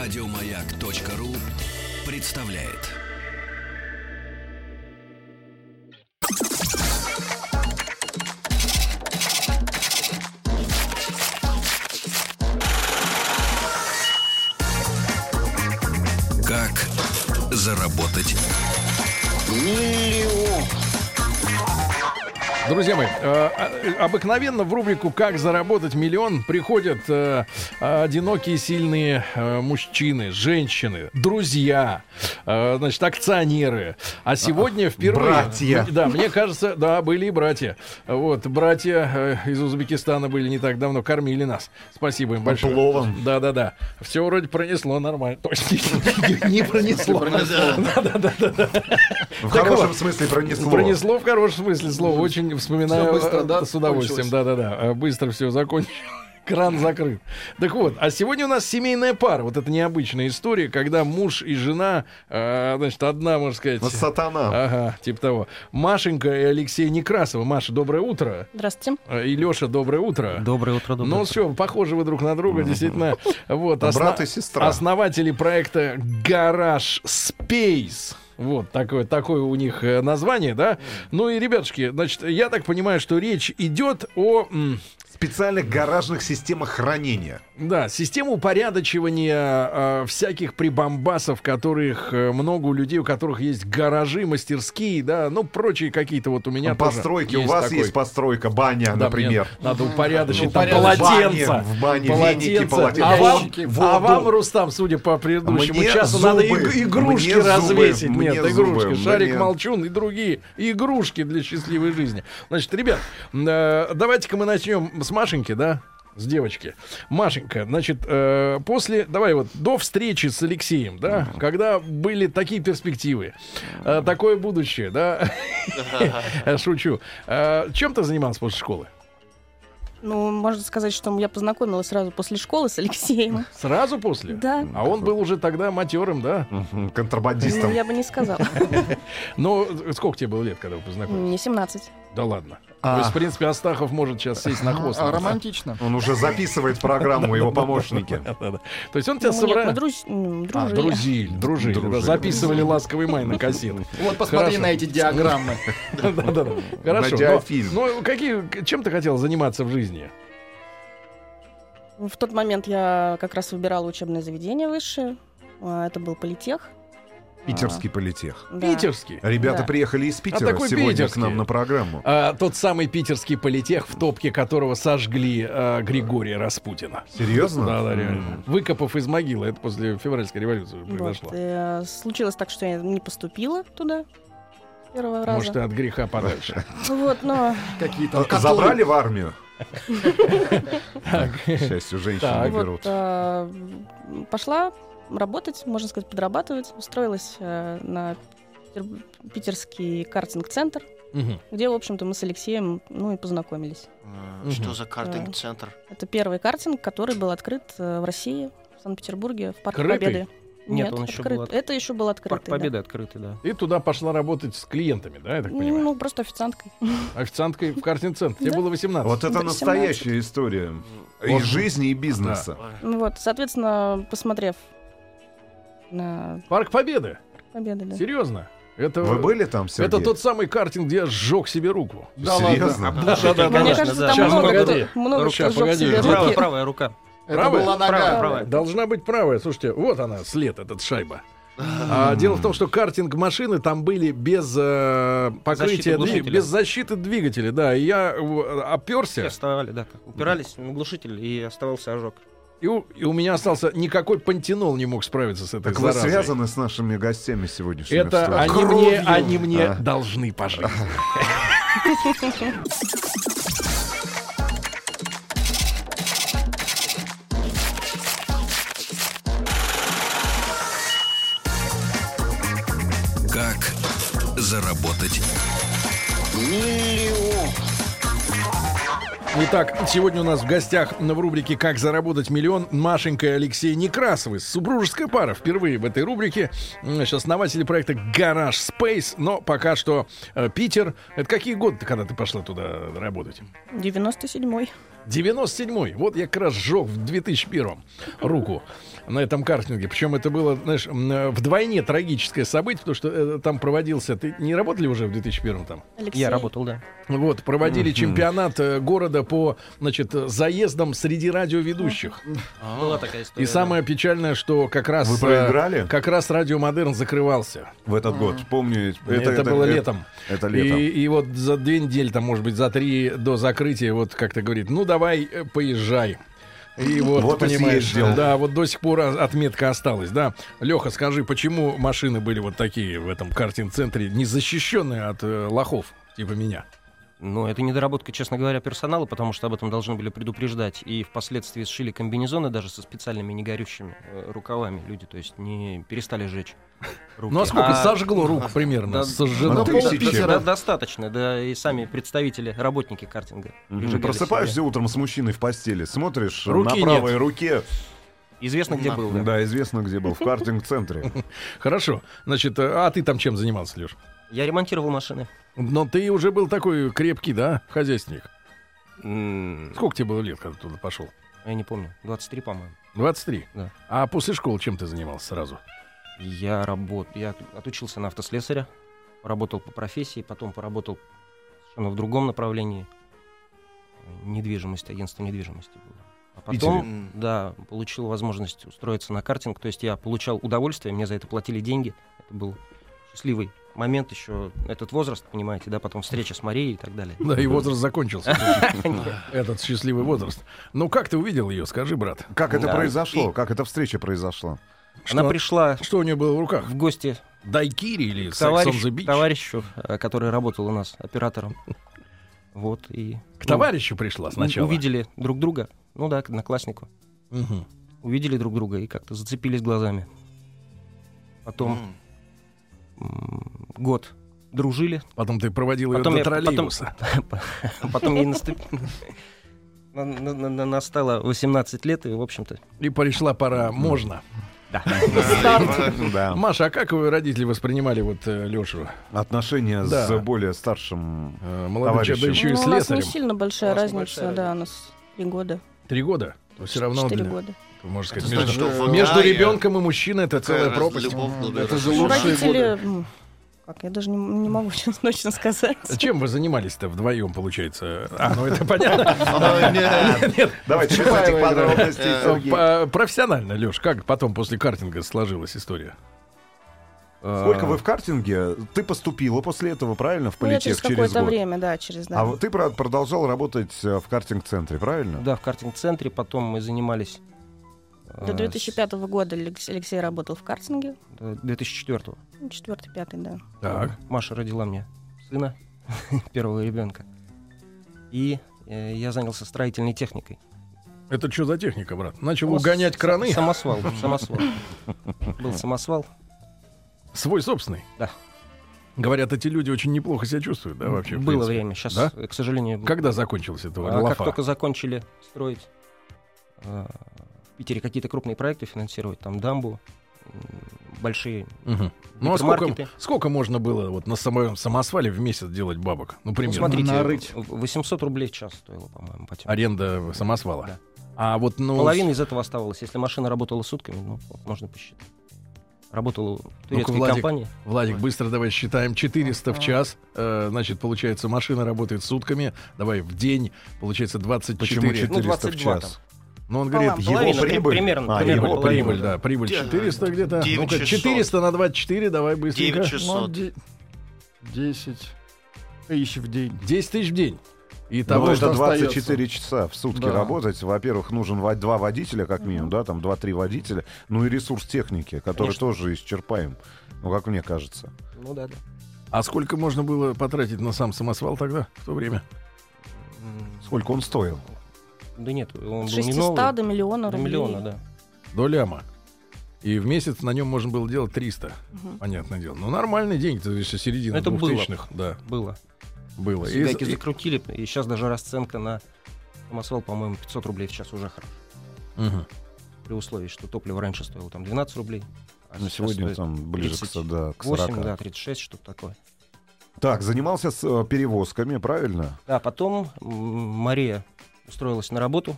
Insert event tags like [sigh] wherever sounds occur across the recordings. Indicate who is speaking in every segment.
Speaker 1: Радиомаяк.ру представляет. Как заработать
Speaker 2: Друзья мои, э, а- обыкновенно в рубрику «Как заработать миллион» приходят э, одинокие сильные э, мужчины, женщины, друзья, э, значит, акционеры. А сегодня впервые...
Speaker 3: братья.
Speaker 2: Да, мне кажется, да, были и братья. Вот, братья э, из Узбекистана были не так давно, кормили нас. Спасибо им большое.
Speaker 3: пловом.
Speaker 2: Да-да-да. Все вроде пронесло нормально. [laughs] То есть не пронесло. Да-да-да.
Speaker 3: В
Speaker 2: Так
Speaker 3: хорошем
Speaker 2: вот.
Speaker 3: смысле пронесло.
Speaker 2: Пронесло в хорошем смысле слова. Очень вспоминаю
Speaker 4: Всё быстро,
Speaker 2: э,
Speaker 4: да,
Speaker 2: с удовольствием.
Speaker 4: кончилось?
Speaker 2: Да-да-да. Э, Быстро все закончил. [laughs] Кран закрыт. Так вот, а сегодня у нас семейная пара. Вот это необычная история, когда муж и жена, э, значит, одна, можно сказать...
Speaker 3: Ну, сатана.
Speaker 2: Ага, типа того. Машенька и Алексей Некрасова. Маша, доброе утро.
Speaker 5: Здравствуйте.
Speaker 2: Э, И Леша, доброе утро.
Speaker 6: Доброе утро, доброе
Speaker 2: Ну
Speaker 6: утро.
Speaker 2: все, похожи вы друг на друга, действительно. Вот,
Speaker 3: Ну, Брат и сестра.
Speaker 2: Основатели проекта «Гараж Спейс». Вот такое, такое у них э, название, да? Ну и, ребятушки, значит, я так понимаю, что речь идет о, м,
Speaker 3: Специальных гаражных системах хранения.
Speaker 2: да, системе упорядочивания э, всяких прибамбасов, которых э, много у людей, у которых есть гаражи, мастерские, да, ну прочие какие-то вот у меня тоже
Speaker 3: Постройки. У вас
Speaker 2: такой.
Speaker 3: есть постройка, баня,
Speaker 2: Да,
Speaker 3: например.
Speaker 2: мне Надо упорядочить
Speaker 4: Ну,
Speaker 2: там
Speaker 4: упорядочить.
Speaker 2: полотенца.
Speaker 3: В бане, типа, в бане, веники,
Speaker 2: полотенца.
Speaker 3: полотенца.
Speaker 2: А вам,
Speaker 4: Ящики,
Speaker 2: а
Speaker 3: воду.
Speaker 2: вам, Рустам, судя по предыдущему
Speaker 3: Мне
Speaker 2: часу,
Speaker 3: А зубы,
Speaker 2: надо иг- игрушки
Speaker 3: мне зубы,
Speaker 2: развесить.
Speaker 3: мне
Speaker 2: Нет,
Speaker 3: зубы,
Speaker 2: игрушки.
Speaker 3: мне-
Speaker 2: Шарик молчун и другие игрушки для счастливой жизни. Значит, ребят, э, давайте-ка мы начнем с Машеньки, да? С девочки. Машенька, значит, э, после, давай вот, до встречи с Алексеем, да, когда были такие перспективы, э, такое будущее,
Speaker 3: [laughs]
Speaker 2: да, шучу. Э, Чем ты занимался после школы?
Speaker 5: Ну, можно сказать, что я познакомилась сразу после школы с Алексеем. Ну,
Speaker 2: Сразу после?
Speaker 5: Да.
Speaker 2: А он был уже тогда матерым, да?
Speaker 3: Мгм,
Speaker 5: Ну,
Speaker 3: Контрабандистом.
Speaker 5: я бы не сказала.
Speaker 2: Но э, сколько тебе было лет, когда вы познакомились?
Speaker 5: Мне 17.
Speaker 2: Да ладно.
Speaker 3: А.
Speaker 2: То есть, в принципе, Астахов может сейчас сесть на хвост.
Speaker 4: А,
Speaker 2: [laughs]
Speaker 4: романтично.
Speaker 3: Он уже записывает программу, его помощники.
Speaker 2: Да-да. То есть он тебя
Speaker 5: Ну, Нет, мы
Speaker 2: собрал...
Speaker 5: друз- м,
Speaker 2: А,
Speaker 5: дружили.
Speaker 2: друзили, дружили, да,
Speaker 3: Дружили.
Speaker 2: записывали ласковый май на [laughs] кассету.
Speaker 4: Вот посмотри
Speaker 2: Хорошо.
Speaker 4: на
Speaker 2: [laughs]
Speaker 4: эти диаграммы.
Speaker 2: Да-да-да. Хорошо.
Speaker 3: диафильм.
Speaker 2: Но- Ну, какие, чем ты хотел заниматься в жизни?
Speaker 5: В тот момент я как раз выбирала учебное заведение высшее. А, Это был политех.
Speaker 2: А.
Speaker 3: Питерский политех.
Speaker 5: Да.
Speaker 2: Питерский.
Speaker 3: Ребята
Speaker 5: Да.
Speaker 3: приехали из Питера
Speaker 2: А такой
Speaker 3: сегодня к
Speaker 2: питерский.
Speaker 3: нам на программу.
Speaker 2: А, тот самый питерский политех, в топке которого сожгли а, Григория Распутина.
Speaker 3: Серьезно?
Speaker 2: Да, да, реально. Выкопав из могилы, это после февральской революции уже
Speaker 5: Вот,
Speaker 2: произошло.
Speaker 5: э, Случилось так, что я не поступила туда первого
Speaker 2: Может, и
Speaker 5: раза. Ну
Speaker 2: от греха подальше.
Speaker 5: Вот, но
Speaker 4: Какие там
Speaker 3: А,
Speaker 4: котлы.
Speaker 3: Забрали в армию?
Speaker 2: Так. [laughs]
Speaker 3: К счастью, женщин
Speaker 2: Так.
Speaker 3: не
Speaker 5: Вот,
Speaker 3: берут.
Speaker 5: а, м, пошла работать, можно сказать, подрабатывать. Устроилась э, на Питер- питерский картинг-центр,
Speaker 2: Мгм.
Speaker 5: где, в общем-то, мы с Алексеем, ну, и познакомились.
Speaker 2: Мгм.
Speaker 7: Э, Что за картинг-центр?
Speaker 5: Это первый картинг, который был открыт э, в России, в Санкт-Петербурге, в Парке
Speaker 2: Крытый?
Speaker 5: Победы.
Speaker 6: Нет, он еще
Speaker 5: открыт.
Speaker 6: был от-
Speaker 5: Это еще был
Speaker 6: Парк
Speaker 5: открытый. да.
Speaker 6: Победы открытый, да.
Speaker 2: И туда пошла работать с клиентами, да, я так понимаю?
Speaker 5: Ну, просто официанткой.
Speaker 2: Официанткой в картинг-центре. Тебе
Speaker 5: Да.
Speaker 2: было 18.
Speaker 3: Вот это
Speaker 5: 18.
Speaker 3: настоящая история. И
Speaker 2: Вот.
Speaker 3: жизни, и бизнеса.
Speaker 7: Ой,
Speaker 5: Ну Вот, соответственно, посмотрев на
Speaker 2: Парк Победы.
Speaker 5: Победы, да.
Speaker 2: Серьезно. Это,
Speaker 3: Вы были там, Сергей?
Speaker 2: это тот самый картинг, где я сжег себе руку.
Speaker 4: Да ладно.
Speaker 2: А
Speaker 3: Серьезно?
Speaker 5: Ну, Мне кажется, там
Speaker 2: Сейчас,
Speaker 5: много
Speaker 2: погоди.
Speaker 5: кто, много
Speaker 2: Рука,
Speaker 5: кто сжёг
Speaker 2: погоди.
Speaker 5: себе
Speaker 2: Правая,
Speaker 6: Правая,
Speaker 5: руки.
Speaker 6: правая рука.
Speaker 4: Это
Speaker 2: Правая?
Speaker 4: была
Speaker 6: Правая,
Speaker 4: нога.
Speaker 6: правая.
Speaker 2: Должна быть правая. Слушайте, вот она, след, этот шайба. А, дело в том, что картинг машины там были без э, покрытия,
Speaker 6: Защиты
Speaker 2: дви-
Speaker 6: глушителя.
Speaker 2: без защиты двигателя, да. И я э,
Speaker 6: Все
Speaker 2: оперся,
Speaker 6: вставали, да. как Упирались на глушитель и оставался ожог.
Speaker 2: и у, и у меня остался никакой пантенол не мог справиться с этой
Speaker 3: Так вы
Speaker 2: заразой.
Speaker 3: связаны с нашими гостями сегодняшними? что ли?
Speaker 2: Это они
Speaker 4: Кровью.
Speaker 2: мне, они мне
Speaker 3: А.
Speaker 2: должны пожить.
Speaker 1: Как заработать
Speaker 2: Итак, сегодня у нас в гостях в рубрике «Как заработать миллион» Машенька и Алексей Некрасовы. Супружеская пара впервые в этой рубрике. Значит, основатели проекта «Гараж Спейс». Но пока что э, Питер. Это какие годы, когда ты пошла туда работать?
Speaker 5: 97-й.
Speaker 2: 97-й. Вот я как раз сжег в 2001-м руку на этом картинге. Причем это было, знаешь, м, э, вдвойне трагическое событие, потому что э, там проводился... Ты не работали уже в 2001-м там?
Speaker 5: Алексей,
Speaker 6: Я работал, да.
Speaker 2: Вот, проводили чемпионат э, города по, значит, э, заездам среди радиоведущих.
Speaker 6: А. Была такая история.
Speaker 2: И самое печальное, что как раз...
Speaker 3: Ну, Вы
Speaker 2: э,
Speaker 3: проиграли?
Speaker 2: Как раз радио Модерн закрывался.
Speaker 3: В этот год, помню.
Speaker 2: Это, было
Speaker 3: это- э,
Speaker 2: летом.
Speaker 3: Это
Speaker 2: И,
Speaker 3: летом.
Speaker 2: и вот за две недели, там, может быть, за три до закрытия, вот как-то говорит, ну давай, э, поезжай.
Speaker 3: [laughs]
Speaker 2: И вот,
Speaker 3: Вот и
Speaker 2: понимаешь,
Speaker 3: съездил.
Speaker 2: да, вот до сих пор а- отметка осталась, да. Леха, скажи, почему машины были вот такие в этом картин-центре, не защищенные от э, лохов, типа меня?
Speaker 6: Ну, это недоработка, честно говоря, персонала, потому что об этом должны были предупреждать. И впоследствии сшили комбинезоны даже со специальными негорющими э, рукавами. Люди, то есть, не перестали жечь руки.
Speaker 2: Ну а сколько
Speaker 6: А,
Speaker 2: сожгло рук примерно,
Speaker 6: да,
Speaker 2: сожжено?
Speaker 3: Ну,
Speaker 6: да,
Speaker 3: тысячи.
Speaker 6: пол Питера до- достаточно, да, и сами представители, работники картинга.
Speaker 3: Мгм.
Speaker 6: прижигали
Speaker 3: Просыпаешься утром с мужчиной в постели, смотришь
Speaker 2: Руки
Speaker 3: на
Speaker 2: нет.
Speaker 3: правой руке.
Speaker 6: себя. Известно, где
Speaker 7: Да.
Speaker 6: был, да.
Speaker 3: Да, известно,
Speaker 2: [laughs]
Speaker 3: где был, в картинг-центре.
Speaker 2: Хорошо, значит, э, а ты там чем занимался, Леш?
Speaker 6: Я ремонтировал машины.
Speaker 2: Но Ну, ты уже был такой крепкий, да, хозяйственник?
Speaker 6: М,
Speaker 2: Сколько тебе было лет, когда ты туда пошел?
Speaker 6: Я не помню, 23, по-моему.
Speaker 2: 23?
Speaker 6: Да.
Speaker 2: А после школы чем ты занимался сразу?
Speaker 6: Я работ... я отучился на автослесаря, работал по профессии, потом поработал совершенно в другом направлении. Недвижимость, агентство недвижимости было. А потом,
Speaker 7: М.
Speaker 6: да, получил возможность устроиться на картинг, то есть я получал удовольствие, мне за это платили деньги. Это был счастливый момент еще, этот возраст, понимаете, да, потом встреча с Марией и так далее.
Speaker 2: [laughs] Да, и возраст закончился. [laughs] Этот счастливый возраст. Ну, как ты увидел ее, скажи, брат?
Speaker 3: Как это
Speaker 6: Да.
Speaker 3: произошло? Как эта встреча произошла?
Speaker 6: Она
Speaker 2: Что-
Speaker 6: пришла
Speaker 2: Что у нее было в руках?
Speaker 6: в гости
Speaker 2: Дайкири или
Speaker 6: к
Speaker 2: Sex on
Speaker 6: товарищ-
Speaker 2: the Beach?
Speaker 6: товарищу, э, который работал у нас оператором. Вот и...
Speaker 2: К
Speaker 6: ну,
Speaker 2: товарищу пришла сначала.
Speaker 6: Увидели друг друга, ну да, к однокласснику.
Speaker 2: Мгм.
Speaker 6: Увидели друг друга и как-то зацепились глазами. Потом
Speaker 7: М.
Speaker 6: м, год дружили,
Speaker 2: Потом ты проводил ее
Speaker 6: Потом
Speaker 2: до
Speaker 6: я- потом-
Speaker 2: троллейбуса.
Speaker 6: потом [laughs] ей наступ- на- на- на- на- настало 18 лет, и, в общем-то,
Speaker 2: И пришла пора «можно».
Speaker 3: Да.
Speaker 2: Маша, а как вы родители воспринимали вот э, Лешу?
Speaker 3: Отношения
Speaker 2: Да.
Speaker 3: с более старшим.
Speaker 2: Молодой человек, Э, да
Speaker 3: Товарищем.
Speaker 2: еще и
Speaker 5: Ну, у нас не
Speaker 2: слесарем.
Speaker 5: сильно большая
Speaker 6: У нас
Speaker 5: разница,
Speaker 6: небольшая
Speaker 5: да, у нас три года,
Speaker 2: Три года. То все равно,
Speaker 5: четыре
Speaker 2: для-
Speaker 5: года.
Speaker 2: можно
Speaker 7: Это
Speaker 2: сказать,
Speaker 7: значит,
Speaker 2: между,
Speaker 7: что Фанай,
Speaker 2: между ребенком и мужчиной это
Speaker 7: какая
Speaker 2: целая
Speaker 7: раз-
Speaker 2: пропасть.
Speaker 7: любовь была
Speaker 4: Это же
Speaker 7: разрушена.
Speaker 4: лучше. Лучшие
Speaker 5: Родители, м, как, я даже не, не могу [laughs] сейчас точно сказать.
Speaker 2: Чем вы занимались-то вдвоем, получается? А, ну это
Speaker 7: [laughs]
Speaker 2: понятно.
Speaker 7: А, нет.
Speaker 3: Давайте без этих подробностей,
Speaker 2: [laughs]
Speaker 7: Э,
Speaker 3: Сергей.
Speaker 2: Э, Профессионально, Леш, как потом после картинга сложилась история?
Speaker 3: Сколько вы в картинге? Ты поступила после этого, правильно, в
Speaker 5: Ну, я через
Speaker 3: политех через
Speaker 5: какое-то
Speaker 3: год?
Speaker 5: время, да, через, да.
Speaker 3: А вот ты про- продолжал работать э, в картинг-центре, правильно?
Speaker 6: а, да, в картинг-центре, потом мы занимались... э,
Speaker 5: До 2005 года Алекс- Алексей работал в картинге,
Speaker 6: с- э, до 2004
Speaker 5: четвертый, пятый, да.
Speaker 2: Так.
Speaker 6: Маша родила мне сына, [laughs] первого ребенка. И э, я занялся строительной техникой.
Speaker 2: Это что за техника, брат? Начал
Speaker 6: Ну,
Speaker 2: угонять
Speaker 6: с-
Speaker 2: краны?
Speaker 6: Самосвал,
Speaker 2: [laughs]
Speaker 6: самосвал. Был самосвал.
Speaker 2: Свой собственный?
Speaker 6: Да.
Speaker 2: Говорят, эти люди очень неплохо себя чувствуют, да, вообще? в
Speaker 6: Было
Speaker 2: принципе?
Speaker 6: время, сейчас,
Speaker 2: Да?
Speaker 6: к сожалению...
Speaker 2: Когда закончилась эта
Speaker 6: а,
Speaker 2: лафа?
Speaker 6: Как только закончили строить э, в Питере какие-то крупные проекты финансировать, там дамбу, м, большие
Speaker 2: Мгм. Ну, а сколько,
Speaker 6: гипермаркеты.
Speaker 2: сколько можно было вот на самом самосвале в месяц делать бабок? Ну,
Speaker 6: Ну,
Speaker 2: примерно.
Speaker 6: смотрите,
Speaker 4: нарыть.
Speaker 6: 800 рублей в час стоило, по-моему, потем.
Speaker 2: Аренда самосвала.
Speaker 6: Да.
Speaker 2: А вот, ну...
Speaker 6: Половина из этого оставалась. Если машина работала сутками, ну, вот можно посчитать. Работала в турецкой
Speaker 2: Владик,
Speaker 6: компании.
Speaker 2: Владик, быстро давай считаем. 400 в час. Э, значит, получается, машина работает сутками. Давай в день. Получается 24.
Speaker 3: Почему 400 в
Speaker 6: 22 там. Ну,
Speaker 3: час?
Speaker 2: Но Ну, он
Speaker 5: Полам-
Speaker 2: говорит,
Speaker 5: полам-
Speaker 2: его
Speaker 6: Половина, при-
Speaker 3: прибыль?
Speaker 6: Примерно.
Speaker 3: А,
Speaker 6: примерно
Speaker 3: его
Speaker 2: его
Speaker 6: половина,
Speaker 2: прибыль, да, прибыль
Speaker 7: Девять-
Speaker 2: 400 где-то.
Speaker 7: девять
Speaker 2: Ну-ка,
Speaker 7: шестьсот.
Speaker 2: 400 на 24, давай
Speaker 7: 9
Speaker 2: быстренько.
Speaker 4: Ну,
Speaker 7: 600.
Speaker 4: де- 10 тысяч в день.
Speaker 2: 10 тысяч в день. И
Speaker 3: Потому
Speaker 2: того,
Speaker 4: Ну,
Speaker 3: что
Speaker 4: что
Speaker 3: 24
Speaker 4: остается.
Speaker 3: часа в сутки
Speaker 4: Да.
Speaker 3: работать, во-первых, нужен во- два водителя, как минимум, да, там два-три водителя, ну и ресурс техники, который
Speaker 6: Конечно.
Speaker 3: тоже исчерпаем, ну, как мне кажется.
Speaker 6: Ну да, да.
Speaker 2: А сколько можно было потратить на сам самосвал тогда, в то время?
Speaker 6: М,
Speaker 3: Сколько он стоил?
Speaker 6: Да нет, он
Speaker 5: От
Speaker 6: был не
Speaker 5: 600
Speaker 6: новый.
Speaker 5: до миллиона
Speaker 6: До
Speaker 5: рублей.
Speaker 6: миллиона, да.
Speaker 2: До ляма. И в месяц на нем можно было делать 300,
Speaker 5: Мгм.
Speaker 2: понятное дело. Ну, нормальный день, то есть середина
Speaker 6: Это было.
Speaker 2: 2000-х, да,
Speaker 6: Было.
Speaker 2: было. И-
Speaker 6: Себя
Speaker 2: и-
Speaker 6: закрутили, и сейчас даже расценка на самосвал, по-моему, 500 рублей в час уже хорошо.
Speaker 2: Мгм.
Speaker 6: При условии, что топливо раньше стоило там 12 рублей. а
Speaker 3: Ну,
Speaker 6: сейчас
Speaker 3: сегодня
Speaker 6: стоит
Speaker 3: там ближе к,
Speaker 6: 38,
Speaker 3: со- да, к 40.
Speaker 6: 8, да, 36, что-то такое.
Speaker 3: Так, занимался с э, перевозками, правильно?
Speaker 6: Да, потом м, Мария устроилась
Speaker 5: [laughs]
Speaker 6: на работу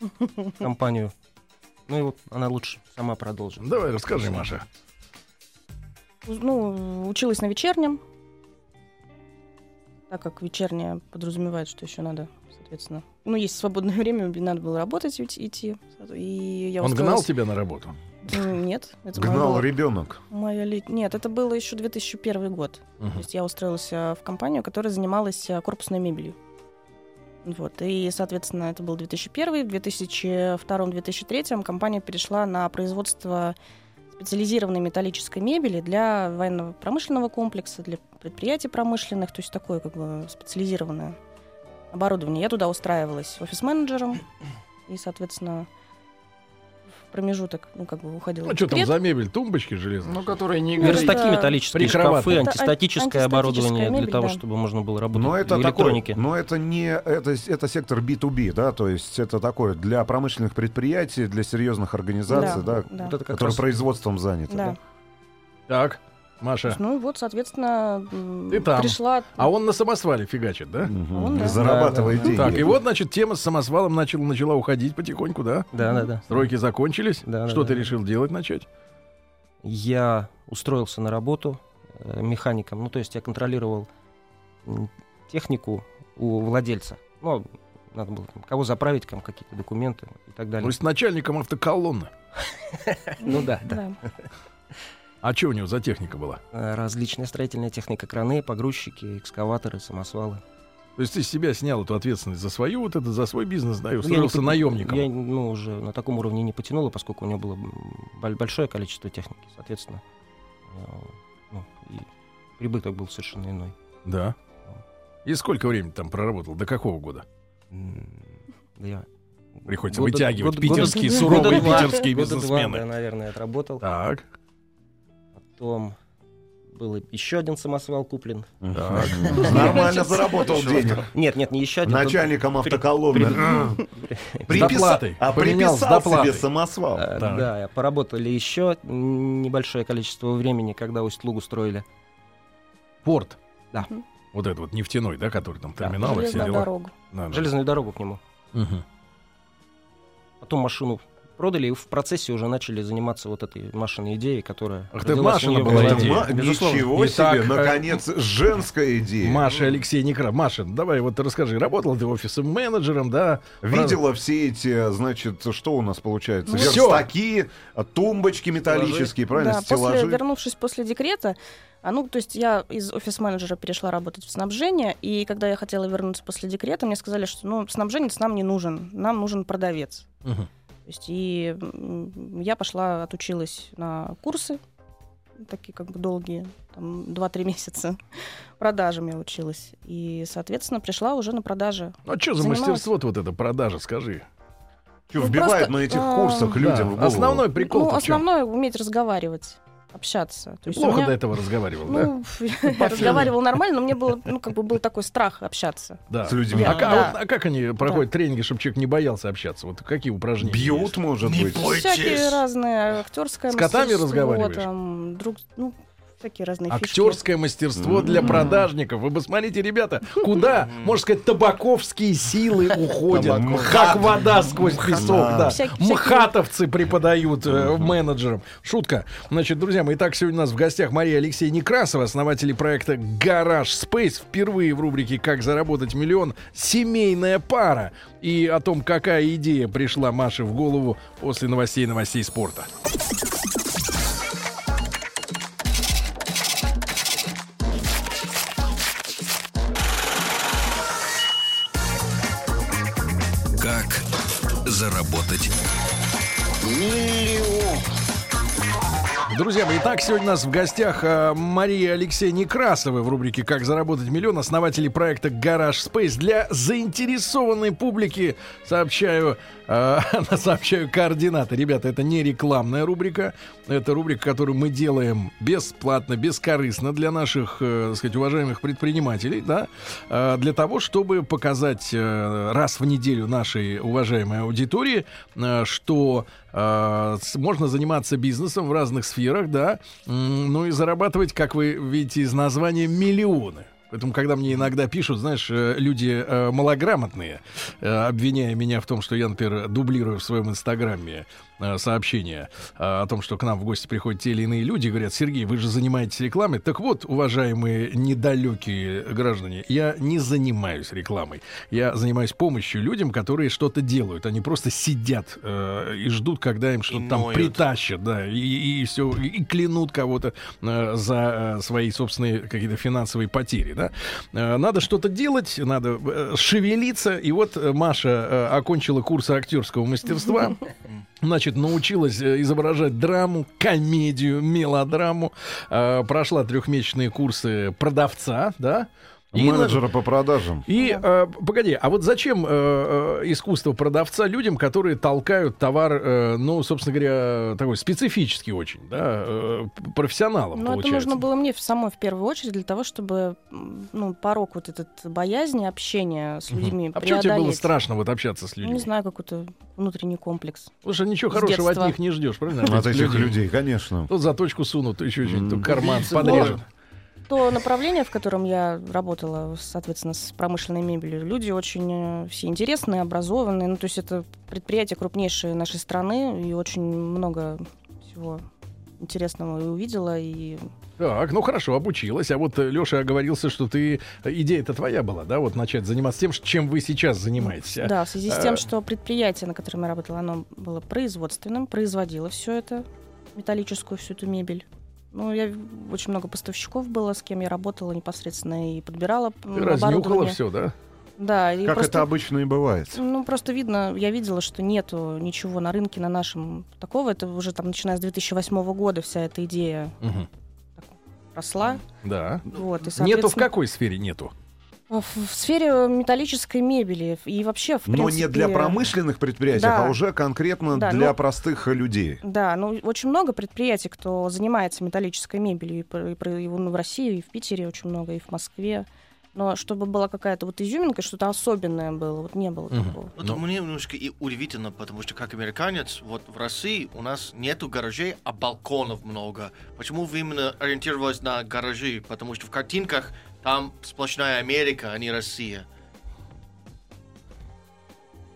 Speaker 6: в компанию. Ну и вот она лучше сама продолжит.
Speaker 2: Давай, расскажи, Маша.
Speaker 5: Ну, училась на вечернем, так как вечерняя подразумевает, что еще надо, соответственно. Ну, есть свободное [laughs] время, мне надо было работать идти- идти. И я
Speaker 2: Он гнал
Speaker 5: устроилась-
Speaker 2: тебя на работу?
Speaker 5: М, Нет, это моя
Speaker 3: Гнал
Speaker 5: была-
Speaker 3: ребенок.
Speaker 5: моя лет- Нет, это было еще 2001 год. То
Speaker 2: Мгм.
Speaker 5: есть я устроилась э, в компанию, которая занималась э, корпусной мебелью. Вот. И, соответственно, это был 2001, в 2002-2003 компания перешла на производство специализированной металлической мебели для военного промышленного комплекса, для предприятий промышленных, то есть такое как бы специализированное оборудование. Я туда устраивалась офис-менеджером и, соответственно, в промежуток, ну, как бы уходила
Speaker 2: Ну,
Speaker 5: в
Speaker 2: что там
Speaker 5: декрет.
Speaker 2: за мебель? Тумбочки железные?
Speaker 4: Ну, которые не
Speaker 5: Ну,
Speaker 4: горят.
Speaker 5: это-
Speaker 6: Верстаки металлические,
Speaker 2: Прикроватно.
Speaker 6: шкафы,
Speaker 5: Это
Speaker 6: антистатическое
Speaker 5: антистатическая
Speaker 6: оборудование для
Speaker 5: мебель,
Speaker 6: того,
Speaker 5: да.
Speaker 6: чтобы можно было работать
Speaker 3: Но это
Speaker 6: в электронике.
Speaker 3: такой, но это не это, с- это сектор B2B, да, то есть это такое для промышленных предприятий, для серьезных организаций, да,
Speaker 6: Вот это как
Speaker 3: которые
Speaker 6: раз-
Speaker 3: производством заняты.
Speaker 5: Да.
Speaker 2: Так, Маша.
Speaker 5: Ну и вот, соответственно, м,
Speaker 2: Ты там.
Speaker 5: пришла.
Speaker 2: А он на самосвале фигачит, да?
Speaker 3: Мгм.
Speaker 5: Он, да.
Speaker 2: Да,
Speaker 3: Зарабатывает
Speaker 2: да, да.
Speaker 3: деньги.
Speaker 2: Так, и вот, значит, тема с самосвалом начала, начала уходить потихоньку, да?
Speaker 6: Да, да, да.
Speaker 2: Стройки закончились.
Speaker 6: Да, да,
Speaker 2: Что
Speaker 6: да.
Speaker 2: ты решил делать начать?
Speaker 6: Я устроился на работу э, механиком, ну то есть я контролировал м, технику у владельца. Ну, надо было там, кого заправить, там какие-то документы и так
Speaker 2: То
Speaker 6: далее.
Speaker 2: есть начальником автоколонны.
Speaker 6: Ну да, да.
Speaker 5: Да.
Speaker 2: А что у него за техника была?
Speaker 6: Э, Различная строительная техника, краны, погрузчики, экскаваторы, самосвалы.
Speaker 2: То есть ты с себя снял эту ответственность за свою вот это, за свой бизнес, да, и
Speaker 6: Ну, я
Speaker 2: устроился
Speaker 6: не пот-
Speaker 2: наемником.
Speaker 6: Я ну, уже на таком уровне не потянуло, поскольку у него было м, боль- большое количество техники, соответственно, э, ну, и прибыток был совершенно иной.
Speaker 2: Да. И сколько времени там проработал? До какого года?
Speaker 6: М, да я-
Speaker 2: Приходится
Speaker 6: Года-
Speaker 2: вытягивать
Speaker 6: года-
Speaker 2: питерские,
Speaker 6: года-
Speaker 2: суровые
Speaker 6: года два-
Speaker 2: питерские
Speaker 6: года два, да,
Speaker 2: бизнесмены.
Speaker 6: наверное, отработал.
Speaker 2: Так,
Speaker 6: Потом был еще один самосвал куплен.
Speaker 2: так.
Speaker 3: Нормально заработал денег.
Speaker 6: Нет, нет, не еще один. э, тут,
Speaker 3: Начальником автоколонны.
Speaker 2: С доплатой.
Speaker 3: А
Speaker 2: А. Поменял с
Speaker 3: приписал себе
Speaker 2: доплатой.
Speaker 3: самосвал.
Speaker 6: э,
Speaker 2: так.
Speaker 6: Да, поработали еще небольшое количество времени, когда Усть-Лугу строили.
Speaker 2: Порт.
Speaker 6: Да.
Speaker 2: Вот этот вот нефтяной, да, который там
Speaker 6: Да.
Speaker 2: терминалы, все
Speaker 5: Железная
Speaker 2: дела.
Speaker 5: дорога.
Speaker 2: Да, да.
Speaker 6: Железную дорогу к нему.
Speaker 2: Мгм.
Speaker 6: Потом машину продали, и в процессе уже начали заниматься вот этой машиной идеей, которая...
Speaker 2: Ах ты,
Speaker 6: родилась
Speaker 2: Машина
Speaker 6: у нее в
Speaker 2: была
Speaker 6: голове.
Speaker 2: идея.
Speaker 3: Ма-
Speaker 6: Безусловно.
Speaker 3: Ничего
Speaker 2: Итак,
Speaker 3: себе,
Speaker 2: э,
Speaker 3: наконец, женская идея.
Speaker 2: Маша Алексей Некрасов. Маша, давай вот расскажи, работал ты офисом менеджером, да?
Speaker 3: Видела все эти, значит, что у нас получается?
Speaker 2: Ну,
Speaker 3: Верстаки, а, тумбочки металлические, правильно?
Speaker 5: Да,
Speaker 3: Стеллажи.
Speaker 5: после, вернувшись после декрета, а ну, то есть я из офис-менеджера перешла работать в снабжение, и когда я хотела вернуться после декрета, мне сказали, что ну, снабженец нам не нужен, нам нужен продавец.
Speaker 2: Мгм.
Speaker 5: То есть, и м, я пошла, отучилась на курсы, такие как бы долгие, там 2-3 [laughs] месяца продажами училась. И, соответственно, пришла уже на продажи.
Speaker 2: Ну а что за
Speaker 5: Занималась.
Speaker 2: мастерство-то вот это продажа, скажи?
Speaker 3: Чё,
Speaker 5: Ну,
Speaker 3: вбивают
Speaker 5: просто,
Speaker 3: на этих
Speaker 5: а,
Speaker 3: курсах людям
Speaker 2: Да,
Speaker 3: в голову.
Speaker 2: Основной прикол
Speaker 5: ну, основное уметь разговаривать, общаться. То есть у
Speaker 2: Плохо
Speaker 5: меня-
Speaker 2: до этого разговаривал, да? [laughs]
Speaker 5: Ну, [laughs] я разговаривала нормально, но мне было, ну, как бы был такой страх общаться.
Speaker 2: Да.
Speaker 3: С людьми.
Speaker 2: А, ка- а
Speaker 5: Да.
Speaker 2: вот- а как они проходят тренинги, чтобы человек не боялся общаться? Вот какие упражнения?
Speaker 3: Бьют,
Speaker 2: есть?
Speaker 3: может
Speaker 7: Не
Speaker 3: быть.
Speaker 7: бой. Бойтесь.
Speaker 5: Всякие разные актерское
Speaker 2: С котами
Speaker 5: мастерство,
Speaker 2: разговариваешь?
Speaker 5: там, друг, ну, всякие разные фишки.
Speaker 2: Актерское мастерство для продажников. Вы посмотрите, ребята, куда, можно сказать, табаковские силы уходят, как вода сквозь песок. да.
Speaker 5: Всякие- всякие-
Speaker 2: Мхатовцы преподают э, менеджерам. Шутка. Значит, друзья мои, итак, сегодня у нас в гостях Мария Алексей Некрасова, основатели проекта «Гараж Space. Впервые в рубрике «Как заработать миллион» семейная пара. И о том, какая идея пришла Маше в голову после новостей новостей спорта.
Speaker 1: Как заработать?
Speaker 2: Друзья мои, итак, сегодня у нас в гостях э, Мария Алексей Некрасова в рубрике «Как заработать миллион», основатели проекта «Гараж Спейс». Для заинтересованной публики сообщаю, э, [laughs] сообщаю координаты. Ребята, это не рекламная рубрика, это рубрика, которую мы делаем бесплатно, бескорыстно для наших, э, так сказать, уважаемых предпринимателей, да, э, для того, чтобы показать э, раз в неделю нашей уважаемой аудитории, э, что э, с- можно заниматься бизнесом в разных сферах, да, м, ну и зарабатывать, как вы видите из названия, миллионы. Поэтому, когда мне иногда пишут, знаешь, э, люди э, малограмотные, э, обвиняя меня в том, что я, например, дублирую в своем инстаграме э, сообщение э, о том, что к нам в гости приходят те или иные люди, говорят, Сергей, вы же занимаетесь рекламой. Так вот, уважаемые недалекие граждане, я не занимаюсь рекламой. Я занимаюсь помощью людям, которые что-то делают. Они просто сидят э, и ждут, когда им что-то там
Speaker 7: ноют.
Speaker 2: притащат, да, и, все, и клянут кого-то э, за э, свои собственные какие-то финансовые потери, да. Э, Надо что-то делать, надо э, шевелиться. И вот э, Маша э, окончила курсы актерского мастерства. Значит, научилась э, изображать драму, комедию, мелодраму. Э, Прошла трехмесячные курсы продавца, да. И на-
Speaker 3: Менеджера по продажам.
Speaker 2: и э, погоди, а вот зачем э, э, искусство продавца людям, которые толкают товар, э, ну, собственно говоря, такой специфический очень, да, э, профессионалам
Speaker 5: Ну, это
Speaker 2: получается?
Speaker 5: нужно было мне в- самой в первую очередь для того, чтобы м, ну, порог вот этот боязни общения с
Speaker 2: Мгм.
Speaker 5: людьми
Speaker 2: А почему
Speaker 5: преодолеть.
Speaker 2: тебе было страшно вот общаться с людьми?
Speaker 5: Не знаю, какой-то внутренний комплекс.
Speaker 2: Потому что ничего
Speaker 5: С
Speaker 2: хорошего от
Speaker 5: детства.
Speaker 2: них не ждешь, правильно?
Speaker 3: От этих людей, конечно.
Speaker 2: То заточку сунут, то еще что-нибудь, то
Speaker 4: М.
Speaker 2: карман
Speaker 4: Убийца
Speaker 2: подрежут.
Speaker 4: может.
Speaker 5: То направление, в котором я работала, соответственно, с промышленной мебелью, люди очень э, все интересные, образованные. Ну, то есть это предприятие крупнейшее нашей страны, и очень много всего интересного и увидела, и
Speaker 2: Так, ну хорошо, обучилась. А вот э, Леша оговорился, что ты... э, Идея-то твоя была, да, вот начать заниматься тем, чем вы сейчас занимаетесь. а?
Speaker 5: Да, в связи с
Speaker 2: э,
Speaker 5: тем, что предприятие, на котором я работала, оно было производственным, производило все это, металлическую всю эту мебель. Ну, я в- очень много поставщиков было, с кем я работала непосредственно и подбирала м,
Speaker 2: А Ты разнюхала
Speaker 5: оборудование.
Speaker 2: все, да?
Speaker 5: Да, и
Speaker 3: Как это
Speaker 5: просто,
Speaker 3: обычно и бывает.
Speaker 5: ну просто видно, я видела, что нету ничего на рынке на нашем такого. Это уже там начиная с 2008 года вся эта идея
Speaker 2: Мгм.
Speaker 5: росла.
Speaker 2: Да.
Speaker 5: Вот, и,
Speaker 2: Нету в
Speaker 5: соответственно,
Speaker 2: какой сфере нету?
Speaker 5: в, в сфере металлической мебели и вообще в
Speaker 3: Но не для
Speaker 5: принципе,
Speaker 3: промышленных предприятий,
Speaker 5: Да.
Speaker 3: а уже конкретно
Speaker 5: Да,
Speaker 3: для
Speaker 5: ну-
Speaker 3: простых людей.
Speaker 5: Да, ну очень много предприятий, кто занимается металлической мебелью и, про- и про- и, ну, в России, и в Питере очень много, и в Москве. Но чтобы была какая-то вот изюминка, что-то особенное было, вот не было
Speaker 2: Мгм.
Speaker 5: такого.
Speaker 7: Вот
Speaker 2: Ну.
Speaker 7: мне немножко и удивительно, потому что как американец, вот в России у нас нету гаражей, а балконов много. Почему вы именно ориентировались на гаражи? Потому что в картинках там сплошная Америка, а не Россия.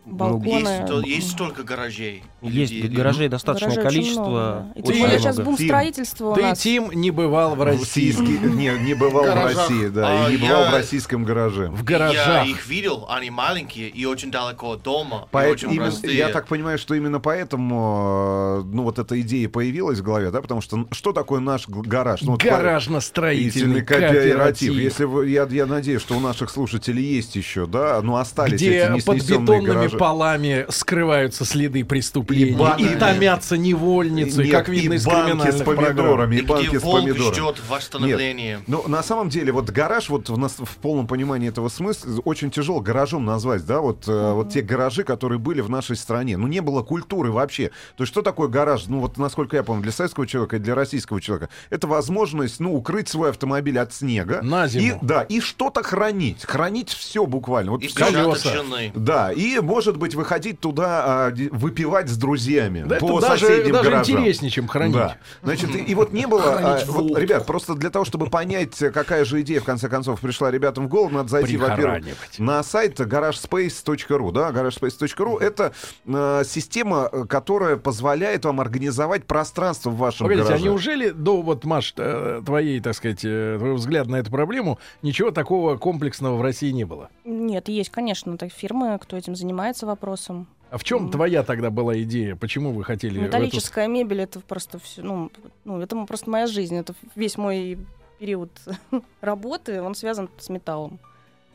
Speaker 5: Балконы.
Speaker 7: Ну, Есть, то- есть столько гаражей. у
Speaker 6: Есть
Speaker 7: людей.
Speaker 6: гаражей достаточное
Speaker 5: Гаражей очень
Speaker 6: количество.
Speaker 5: много, да. И тем
Speaker 6: очень
Speaker 5: более сейчас
Speaker 6: много.
Speaker 5: бум
Speaker 3: Тим,
Speaker 5: строительства у
Speaker 2: Ты,
Speaker 5: нас.
Speaker 2: Тим, не бывал
Speaker 3: Ну,
Speaker 2: в России.
Speaker 3: Российский, не, не бывал в
Speaker 7: гаражах.
Speaker 3: России, да,
Speaker 7: А,
Speaker 3: и не бывал
Speaker 7: я-
Speaker 3: в российском гараже.
Speaker 2: В
Speaker 7: Я
Speaker 2: гаражах.
Speaker 7: их видел, они маленькие и очень далеко от дома. и
Speaker 3: Поэт-
Speaker 7: очень
Speaker 3: именно-
Speaker 7: простые.
Speaker 3: я так понимаю, что именно поэтому э, ну, вот эта идея появилась в голове, да, потому что н- что такое наш г- гараж? Ну, вот
Speaker 2: Гаражно-строительный
Speaker 3: Строительный кооператив. Если вы, я, я надеюсь, что у наших слушателей есть еще, да, но остались
Speaker 2: где
Speaker 3: эти
Speaker 2: под
Speaker 3: неснесенные
Speaker 2: бетонными
Speaker 3: гаражи.
Speaker 2: полами скрываются следы
Speaker 3: И
Speaker 2: преступления и,
Speaker 3: банки.
Speaker 2: томятся невольницы,
Speaker 3: Нет,
Speaker 2: как видно
Speaker 3: и
Speaker 2: из
Speaker 3: банки
Speaker 2: криминальных
Speaker 3: с
Speaker 2: программ.
Speaker 3: помидорами,
Speaker 7: И
Speaker 3: и банки
Speaker 7: где
Speaker 3: с
Speaker 7: волк
Speaker 3: помидорами.
Speaker 7: ждет восстановления.
Speaker 3: Ну, на самом деле, вот гараж, вот в, нас, в полном понимании этого смысла, очень тяжело гаражом назвать, да, вот, э, вот те гаражи, которые были в нашей стране. Ну, не было культуры вообще. То есть, что такое гараж? Ну, вот, насколько я помню, для советского человека и для российского человека. Это возможность, ну, укрыть свой автомобиль от снега.
Speaker 2: На зиму.
Speaker 3: И, да, и что-то хранить. Хранить все буквально. Вот
Speaker 7: И
Speaker 3: всё.
Speaker 2: как-
Speaker 7: бежат от
Speaker 2: колеса.
Speaker 7: жены.
Speaker 3: да, и, может быть, выходить туда а, ди- выпивать с друзьями
Speaker 2: Да
Speaker 3: по
Speaker 2: это даже,
Speaker 3: соседним
Speaker 2: даже
Speaker 3: гаражам.
Speaker 2: интереснее, чем хранить.
Speaker 3: Да. Значит, и, и вот не было... а, вот, ребят, просто для того, чтобы понять, э, какая же идея, в конце концов, пришла ребятам в голову, надо зайти, во-первых,
Speaker 2: Прихоранивать.
Speaker 3: на сайт garagespace.ru. Да, garagespace.ru — это э, система, э, которая позволяет вам организовать пространство в вашем
Speaker 2: Погодите,
Speaker 3: гараже.
Speaker 2: а неужели до вот, Маш, э, твоей, так сказать, э, твоего взгляда на эту проблему, ничего такого комплексного в России не было?
Speaker 5: Нет, есть, конечно, так фирмы, кто этим занимается вопросом.
Speaker 2: А в чем
Speaker 5: Мгм.
Speaker 2: твоя тогда была идея? Почему вы хотели... в эту
Speaker 5: Металлическая мебель это просто все, ну, ну, это м- просто моя жизнь, это весь мой период [laughs] работы, он связан с металлом,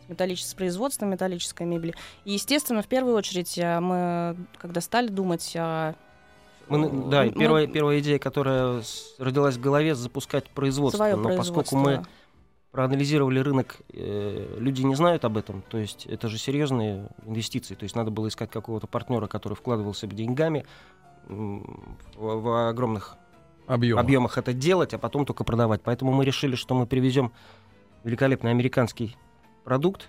Speaker 5: с, металлич- с производством металлической мебели. И, естественно, в первую очередь а, мы, когда стали думать о...
Speaker 6: Мы на- да, и
Speaker 5: Мы-
Speaker 6: первая, первая идея, которая с- родилась в голове, запускать производство.
Speaker 5: свое
Speaker 6: Но
Speaker 5: производство,
Speaker 6: ну, поскольку мы проанализировали рынок, э, люди не знают об этом, то есть это же серьезные инвестиции, то есть надо было искать какого-то партнера, который вкладывался бы деньгами м, в, в огромных
Speaker 2: Объем.
Speaker 6: объемах это делать, а потом только продавать. Поэтому мы решили, что мы привезем великолепный американский продукт,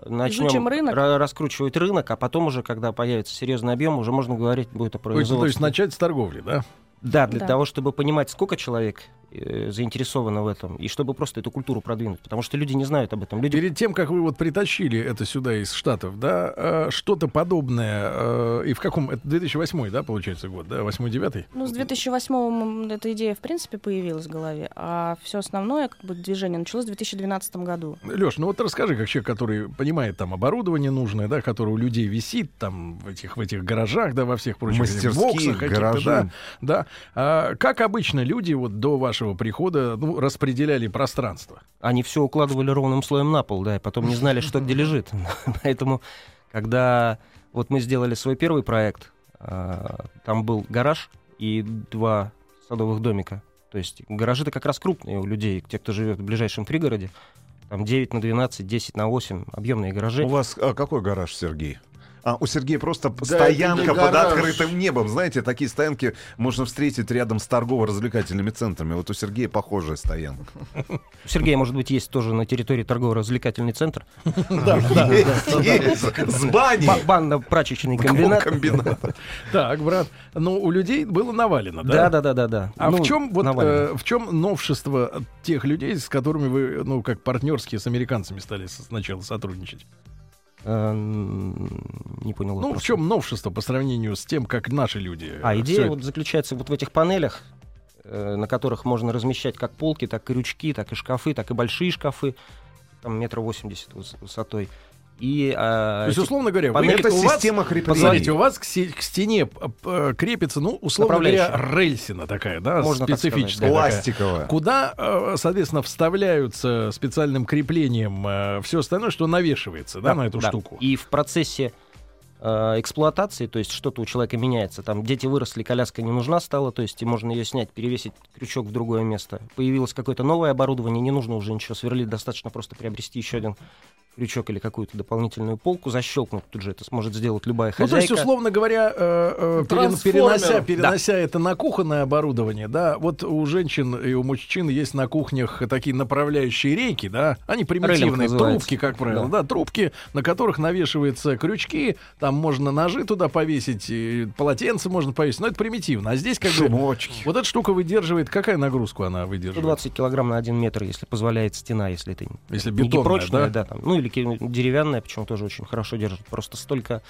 Speaker 6: э, начнем
Speaker 5: Изучим рынок.
Speaker 6: ра- раскручивать рынок, а потом уже, когда появится серьезный объем, уже можно говорить будет о
Speaker 2: То есть,
Speaker 6: производстве.
Speaker 2: начать с торговли, да?
Speaker 6: Да, для
Speaker 5: Да.
Speaker 6: того, чтобы понимать, сколько человек э, заинтересованы в этом, и чтобы просто эту культуру продвинуть, потому что люди не знают об этом. Люди
Speaker 2: Перед тем, как вы вот притащили это сюда из Штатов, да, э, что-то подобное, э, и в каком, это 2008, да, получается, год, да, 8-9?
Speaker 5: Ну, с 2008 м, эта идея, в принципе, появилась в голове, а все основное как бы, движение началось в 2012 году.
Speaker 2: Леш, ну вот расскажи, как человек, который понимает там оборудование нужное, да, которое у людей висит там в этих, в этих гаражах, да, во всех прочих
Speaker 3: Мастерские,
Speaker 2: боксах каких-то,
Speaker 3: гаражи.
Speaker 2: да, да. А как обычно люди вот до вашего прихода ну, распределяли пространство?
Speaker 6: они все укладывали ровным слоем на пол, да, и потом не знали, что где лежит. [laughs] Поэтому, когда вот мы сделали свой первый проект, а, там был гараж и два садовых домика. То есть гаражи-то как раз крупные у людей, те, кто живет в ближайшем пригороде. Там 9 на 12, 10 на 8, объемные гаражи.
Speaker 3: У вас а, какой гараж, Сергей? А, у Сергея просто
Speaker 7: Да, это
Speaker 3: стоянка
Speaker 7: не
Speaker 3: под
Speaker 7: гараж.
Speaker 3: открытым небом. Знаете, такие стоянки можно встретить рядом с торгово-развлекательными центрами. Вот у Сергея похожая стоянка.
Speaker 6: У Сергея, может быть, есть тоже на территории торгово-развлекательный центр.
Speaker 3: [laughs] Есть, С баней.
Speaker 6: Ба- Банно-прачечный комбинат.
Speaker 3: Комбинат.
Speaker 2: Так, брат, ну у людей было навалено, да?
Speaker 6: Да, да, да, да, да.
Speaker 2: А
Speaker 6: Ну,
Speaker 2: в чем вот
Speaker 6: навалено.
Speaker 2: э, в чем новшество тех людей, с которыми вы, ну, как партнерские с американцами стали с- сначала сотрудничать?
Speaker 6: Э, м, Не понял.
Speaker 2: Ну, в
Speaker 6: вопроса.
Speaker 2: чем новшество по сравнению с тем, как наши люди?
Speaker 6: А
Speaker 2: э,
Speaker 6: идея
Speaker 2: всё
Speaker 6: вот заключается вот в этих панелях, э, на которых можно размещать как полки, так и крючки, так и шкафы, так и большие шкафы, там метра восемьдесят выс- высотой. И
Speaker 2: То
Speaker 6: а,
Speaker 2: есть,
Speaker 6: эти
Speaker 2: условно говоря, вы-
Speaker 6: панелька
Speaker 3: Это
Speaker 2: у вас-
Speaker 3: система хриплений.
Speaker 2: Посмотрите, у вас к, се- к стене п- п- крепится, ну, условно
Speaker 6: Направляющая.
Speaker 2: говоря, рельсина такая, да,
Speaker 6: Можно так
Speaker 2: специфическая.
Speaker 6: сказать,
Speaker 2: такая.
Speaker 3: Пластиковая.
Speaker 2: Куда, э, соответственно, вставляются специальным креплением все остальное, что навешивается, да,
Speaker 6: Да,
Speaker 2: на эту
Speaker 6: да.
Speaker 2: штуку.
Speaker 6: И в процессе э, эксплуатации, то есть что-то у человека меняется. Там дети выросли, коляска не нужна стала, то есть и можно ее снять, перевесить крючок в другое место. Появилось какое-то новое оборудование, не нужно уже ничего сверлить, достаточно просто приобрести еще один крючок или какую-то дополнительную полку, защелкнуть тут же. Это сможет сделать любая
Speaker 2: Ну,
Speaker 6: хозяйка.
Speaker 2: то есть, условно говоря, э, э, перен-
Speaker 7: Трансформер.
Speaker 2: перенося, перенося это на кухонное оборудование, да, вот у женщин и у мужчин есть на кухнях такие направляющие рейки, да, они примитивные,
Speaker 6: называется.
Speaker 2: трубки, как правило, да. трубки, на которых навешиваются крючки, там можно ножи туда повесить, и полотенце можно повесить, но это примитивно. А здесь как бы...
Speaker 3: Шумочки.
Speaker 2: Вот эта штука выдерживает, какая нагрузку она выдерживает?
Speaker 6: 120 килограмм на 1 метр, если позволяет стена, если это не
Speaker 2: Если
Speaker 6: прочная,
Speaker 2: бетонная, да?
Speaker 6: да, там, ну или ки- деревянная, причем тоже очень хорошо держит. Просто столько,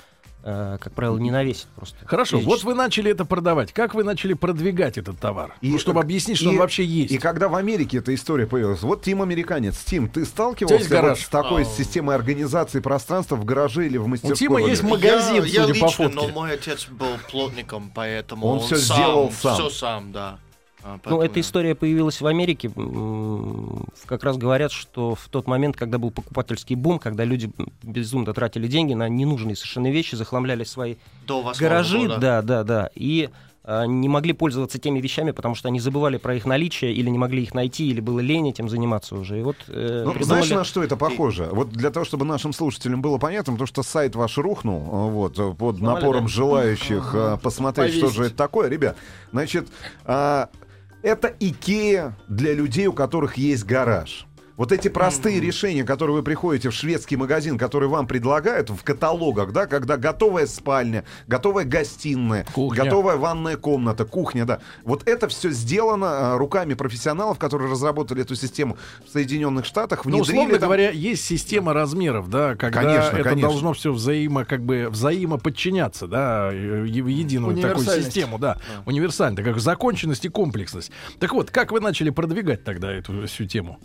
Speaker 6: э, как правило, не навесит просто.
Speaker 2: Хорошо, вот
Speaker 6: физически.
Speaker 2: вы начали это продавать. Как вы начали продвигать этот товар?
Speaker 3: И-
Speaker 2: Ну, чтобы объяснить, что
Speaker 3: и-
Speaker 2: он вообще есть.
Speaker 3: И когда в Америке эта история появилась, вот Тим американец. Тим, ты сталкивался
Speaker 2: Здесь гараж.
Speaker 3: вот с такой
Speaker 7: Ау.
Speaker 3: системой организации пространства в гараже или в мастерской?
Speaker 2: Тима
Speaker 3: Валерий?
Speaker 2: есть магазин,
Speaker 7: я, я
Speaker 2: судя по
Speaker 7: лично,
Speaker 2: фотке.
Speaker 7: но мой отец был плотником, поэтому
Speaker 3: Он всё сделал сам.
Speaker 7: Все сам, да. А,
Speaker 6: Ну,
Speaker 7: поэтому
Speaker 6: эта
Speaker 7: я-
Speaker 6: история появилась в Америке. М, Как раз говорят, что в тот момент, когда был покупательский бум, когда люди безумно тратили деньги на ненужные совершенно вещи, захламляли свои
Speaker 7: До восьмого
Speaker 6: гаражи,
Speaker 7: года.
Speaker 6: да, да, да, и э, не могли пользоваться теми вещами, потому что они забывали про их наличие, или не могли их найти, или было лень этим заниматься уже. И вот э,
Speaker 3: Ну,
Speaker 6: придумали-
Speaker 3: знаешь, на что это похоже? Вот для того, чтобы нашим слушателям было понятно, потому что сайт ваш рухнул э, вот, э, под
Speaker 6: Сломали,
Speaker 3: напором
Speaker 6: да?
Speaker 3: желающих э, посмотреть, что
Speaker 7: Повесить.
Speaker 3: же это такое. Ребят, значит, а, это Икея для людей, у которых есть гараж. Вот эти простые решения, которые вы приходите в шведский магазин, который вам предлагают в каталогах, да, когда готовая спальня, готовая гостиная,
Speaker 2: Кухня.
Speaker 3: готовая Новая ванная комната, кухня, да. Вот это все сделано а, руками профессионалов, которые разработали эту систему в Соединенных Штатах.
Speaker 2: Ну,
Speaker 3: внедрили
Speaker 2: условно
Speaker 3: там-
Speaker 2: говоря, есть система размеров, да, когда
Speaker 3: Конечно,
Speaker 2: это
Speaker 3: конечно.
Speaker 2: должно все взаимо, как бы взаимоподчиняться, да, э, в единую такую
Speaker 4: Универсальность.
Speaker 2: систему, да, универсально, как законченность и комплексность. Так вот, как вы начали продвигать тогда эту всю тему?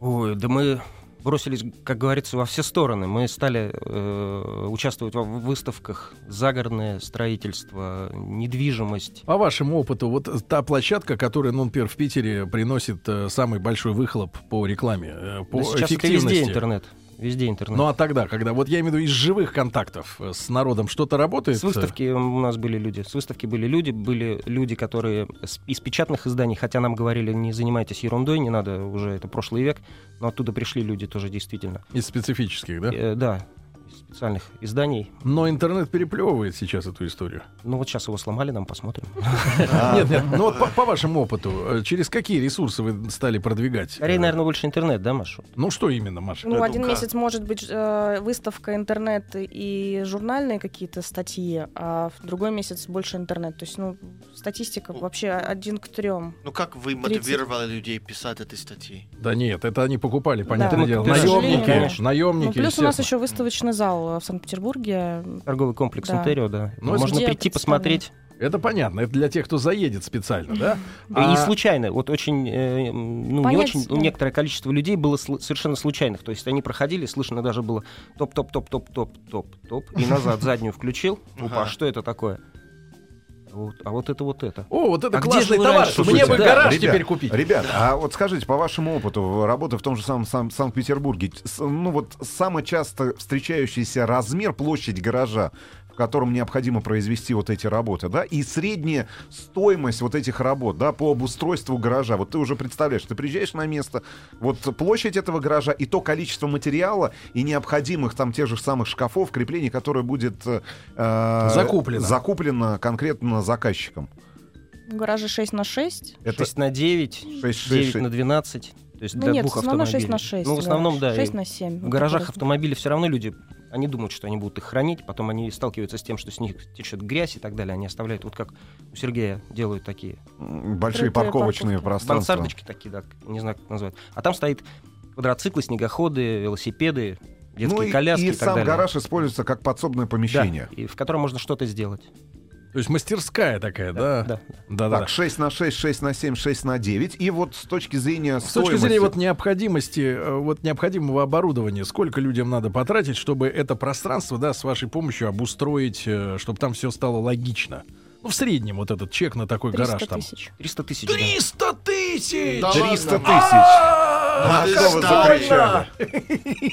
Speaker 6: Ой, да мы бросились, как говорится, во все стороны. Мы стали э, участвовать во выставках, загородное строительство, недвижимость.
Speaker 2: По вашему опыту, вот та площадка, которая, ну, например, в Питере приносит э, самый большой выхлоп по рекламе, э, по
Speaker 6: Да сейчас это
Speaker 2: эффективности.
Speaker 6: везде интернет. Везде интернет.
Speaker 2: ну а тогда, когда, вот я имею в виду из живых контактов э, с народом, что-то работает?
Speaker 6: С выставки у нас были люди. С выставки были люди, были люди, которые с- из печатных изданий, хотя нам говорили, не занимайтесь ерундой, не надо, уже это прошлый век, но оттуда пришли люди тоже действительно.
Speaker 2: Из э, специфических, да?
Speaker 6: Э, да, из специальных изданий.
Speaker 2: Но интернет переплевывает сейчас эту историю.
Speaker 6: Ну вот сейчас его сломали, нам посмотрим.
Speaker 2: Типа.
Speaker 7: А.
Speaker 2: [laughs]
Speaker 3: А.
Speaker 2: Нет, нет, ну вот по, по вашему опыту, э, через какие ресурсы вы стали продвигать?
Speaker 6: Скорее,
Speaker 2: э,
Speaker 6: наверное, больше интернет, да, Маша?
Speaker 2: Ну что именно, Маша?
Speaker 5: Ну,
Speaker 7: Эдука.
Speaker 5: один месяц может быть э, выставка интернет и журнальные какие-то статьи, а в другой месяц больше интернет. То есть, ну, статистика вообще один к трем.
Speaker 7: Ну как вы
Speaker 5: 30.
Speaker 7: мотивировали людей писать эти статьи?
Speaker 2: Да нет, это они покупали, понятное
Speaker 6: Да.
Speaker 2: дело.
Speaker 6: Ну, к
Speaker 2: Наемники,
Speaker 5: сожалению,
Speaker 6: да.
Speaker 2: наемники,
Speaker 5: Ну, плюс у нас
Speaker 2: естественно.
Speaker 5: еще выставочный зал э, в Санкт-Петербурге.
Speaker 6: Торговый комплекс
Speaker 5: Да.
Speaker 6: Интерио, да.
Speaker 2: Ну,
Speaker 6: Можно
Speaker 5: где
Speaker 6: прийти,
Speaker 5: представлен?
Speaker 6: посмотреть.
Speaker 2: Это понятно, это для тех, кто заедет специально, да?
Speaker 6: И
Speaker 2: А-
Speaker 6: случайно, вот очень, э, м, ну не
Speaker 5: Понять,
Speaker 6: очень, ну,
Speaker 5: да.
Speaker 6: некоторое количество людей было сл- совершенно случайных. То есть они проходили, слышно даже было топ-топ-топ-топ-топ-топ-топ,
Speaker 5: [laughs]
Speaker 6: и назад заднюю включил. Опа,
Speaker 7: Ага.
Speaker 6: а что это такое? Вот, а вот это вот это.
Speaker 2: О, вот это
Speaker 6: А где
Speaker 2: классный
Speaker 6: же вы
Speaker 2: товар,
Speaker 6: раньше
Speaker 2: мне
Speaker 6: слушали?
Speaker 2: бы
Speaker 6: Да,
Speaker 2: гараж
Speaker 3: ребят,
Speaker 2: теперь купить.
Speaker 3: Ребят, а вот скажите, по вашему опыту, работы в том же самом Сан- Санкт-Петербурге, с- ну вот самый часто встречающийся размер, площадь гаража, в котором необходимо произвести вот эти работы, да, и средняя стоимость вот этих работ, да, по обустройству гаража. Вот ты уже представляешь, ты приезжаешь на место, вот площадь этого гаража и то количество материала и необходимых там тех же самых шкафов, креплений, которое будет э, э,
Speaker 2: Закуплено.
Speaker 3: закуплено конкретно заказчиком.
Speaker 5: Гаражи 6 на 6.
Speaker 3: Это
Speaker 6: 6 на 9,
Speaker 3: шесть- шесть-
Speaker 6: 9
Speaker 3: шесть.
Speaker 6: на 12. То есть
Speaker 5: Ну
Speaker 6: для
Speaker 5: нет,
Speaker 6: двух
Speaker 5: в основном 6
Speaker 6: автомобилей.
Speaker 5: на 6.
Speaker 6: Ну, в основном, да. и
Speaker 5: 6 на 7.
Speaker 6: В гаражах автомобилей все равно люди, они думают, что они будут их хранить, потом они сталкиваются с тем, что с них течет грязь и так далее. Они оставляют, вот как у Сергея делают такие
Speaker 3: М, Большие
Speaker 5: Открытые
Speaker 3: парковочные
Speaker 5: парковки.
Speaker 3: пространства.
Speaker 6: мансардочки такие, да, не знаю, как называют. А там стоит квадроциклы, снегоходы, велосипеды, детские
Speaker 3: ну и,
Speaker 6: коляски
Speaker 3: и
Speaker 6: и, так
Speaker 3: сам
Speaker 6: далее.
Speaker 3: гараж используется как подсобное
Speaker 6: Да,
Speaker 3: помещение.
Speaker 6: и в котором можно что-то сделать.
Speaker 2: То есть мастерская такая, да?
Speaker 3: А.
Speaker 6: да.
Speaker 2: да, да.
Speaker 3: Так, 6 на 6, 6 на 7, 6 на 9. И вот с точки зрения
Speaker 2: С точки
Speaker 3: стоимости...
Speaker 2: зрения вот необходимости, э, вот необходимого оборудования, сколько людям надо потратить, чтобы это пространство, да, с вашей помощью обустроить, чтобы там все стало логично. Ну, в среднем вот этот чек на такой
Speaker 5: 300
Speaker 2: гараж там.
Speaker 5: тысяч.
Speaker 6: 300 тысяч, да.
Speaker 2: 300 тысяч!
Speaker 7: Да
Speaker 3: 300
Speaker 7: ладно.
Speaker 3: тысяч. А,
Speaker 7: ты
Speaker 3: что вы
Speaker 7: старый.
Speaker 3: закричали?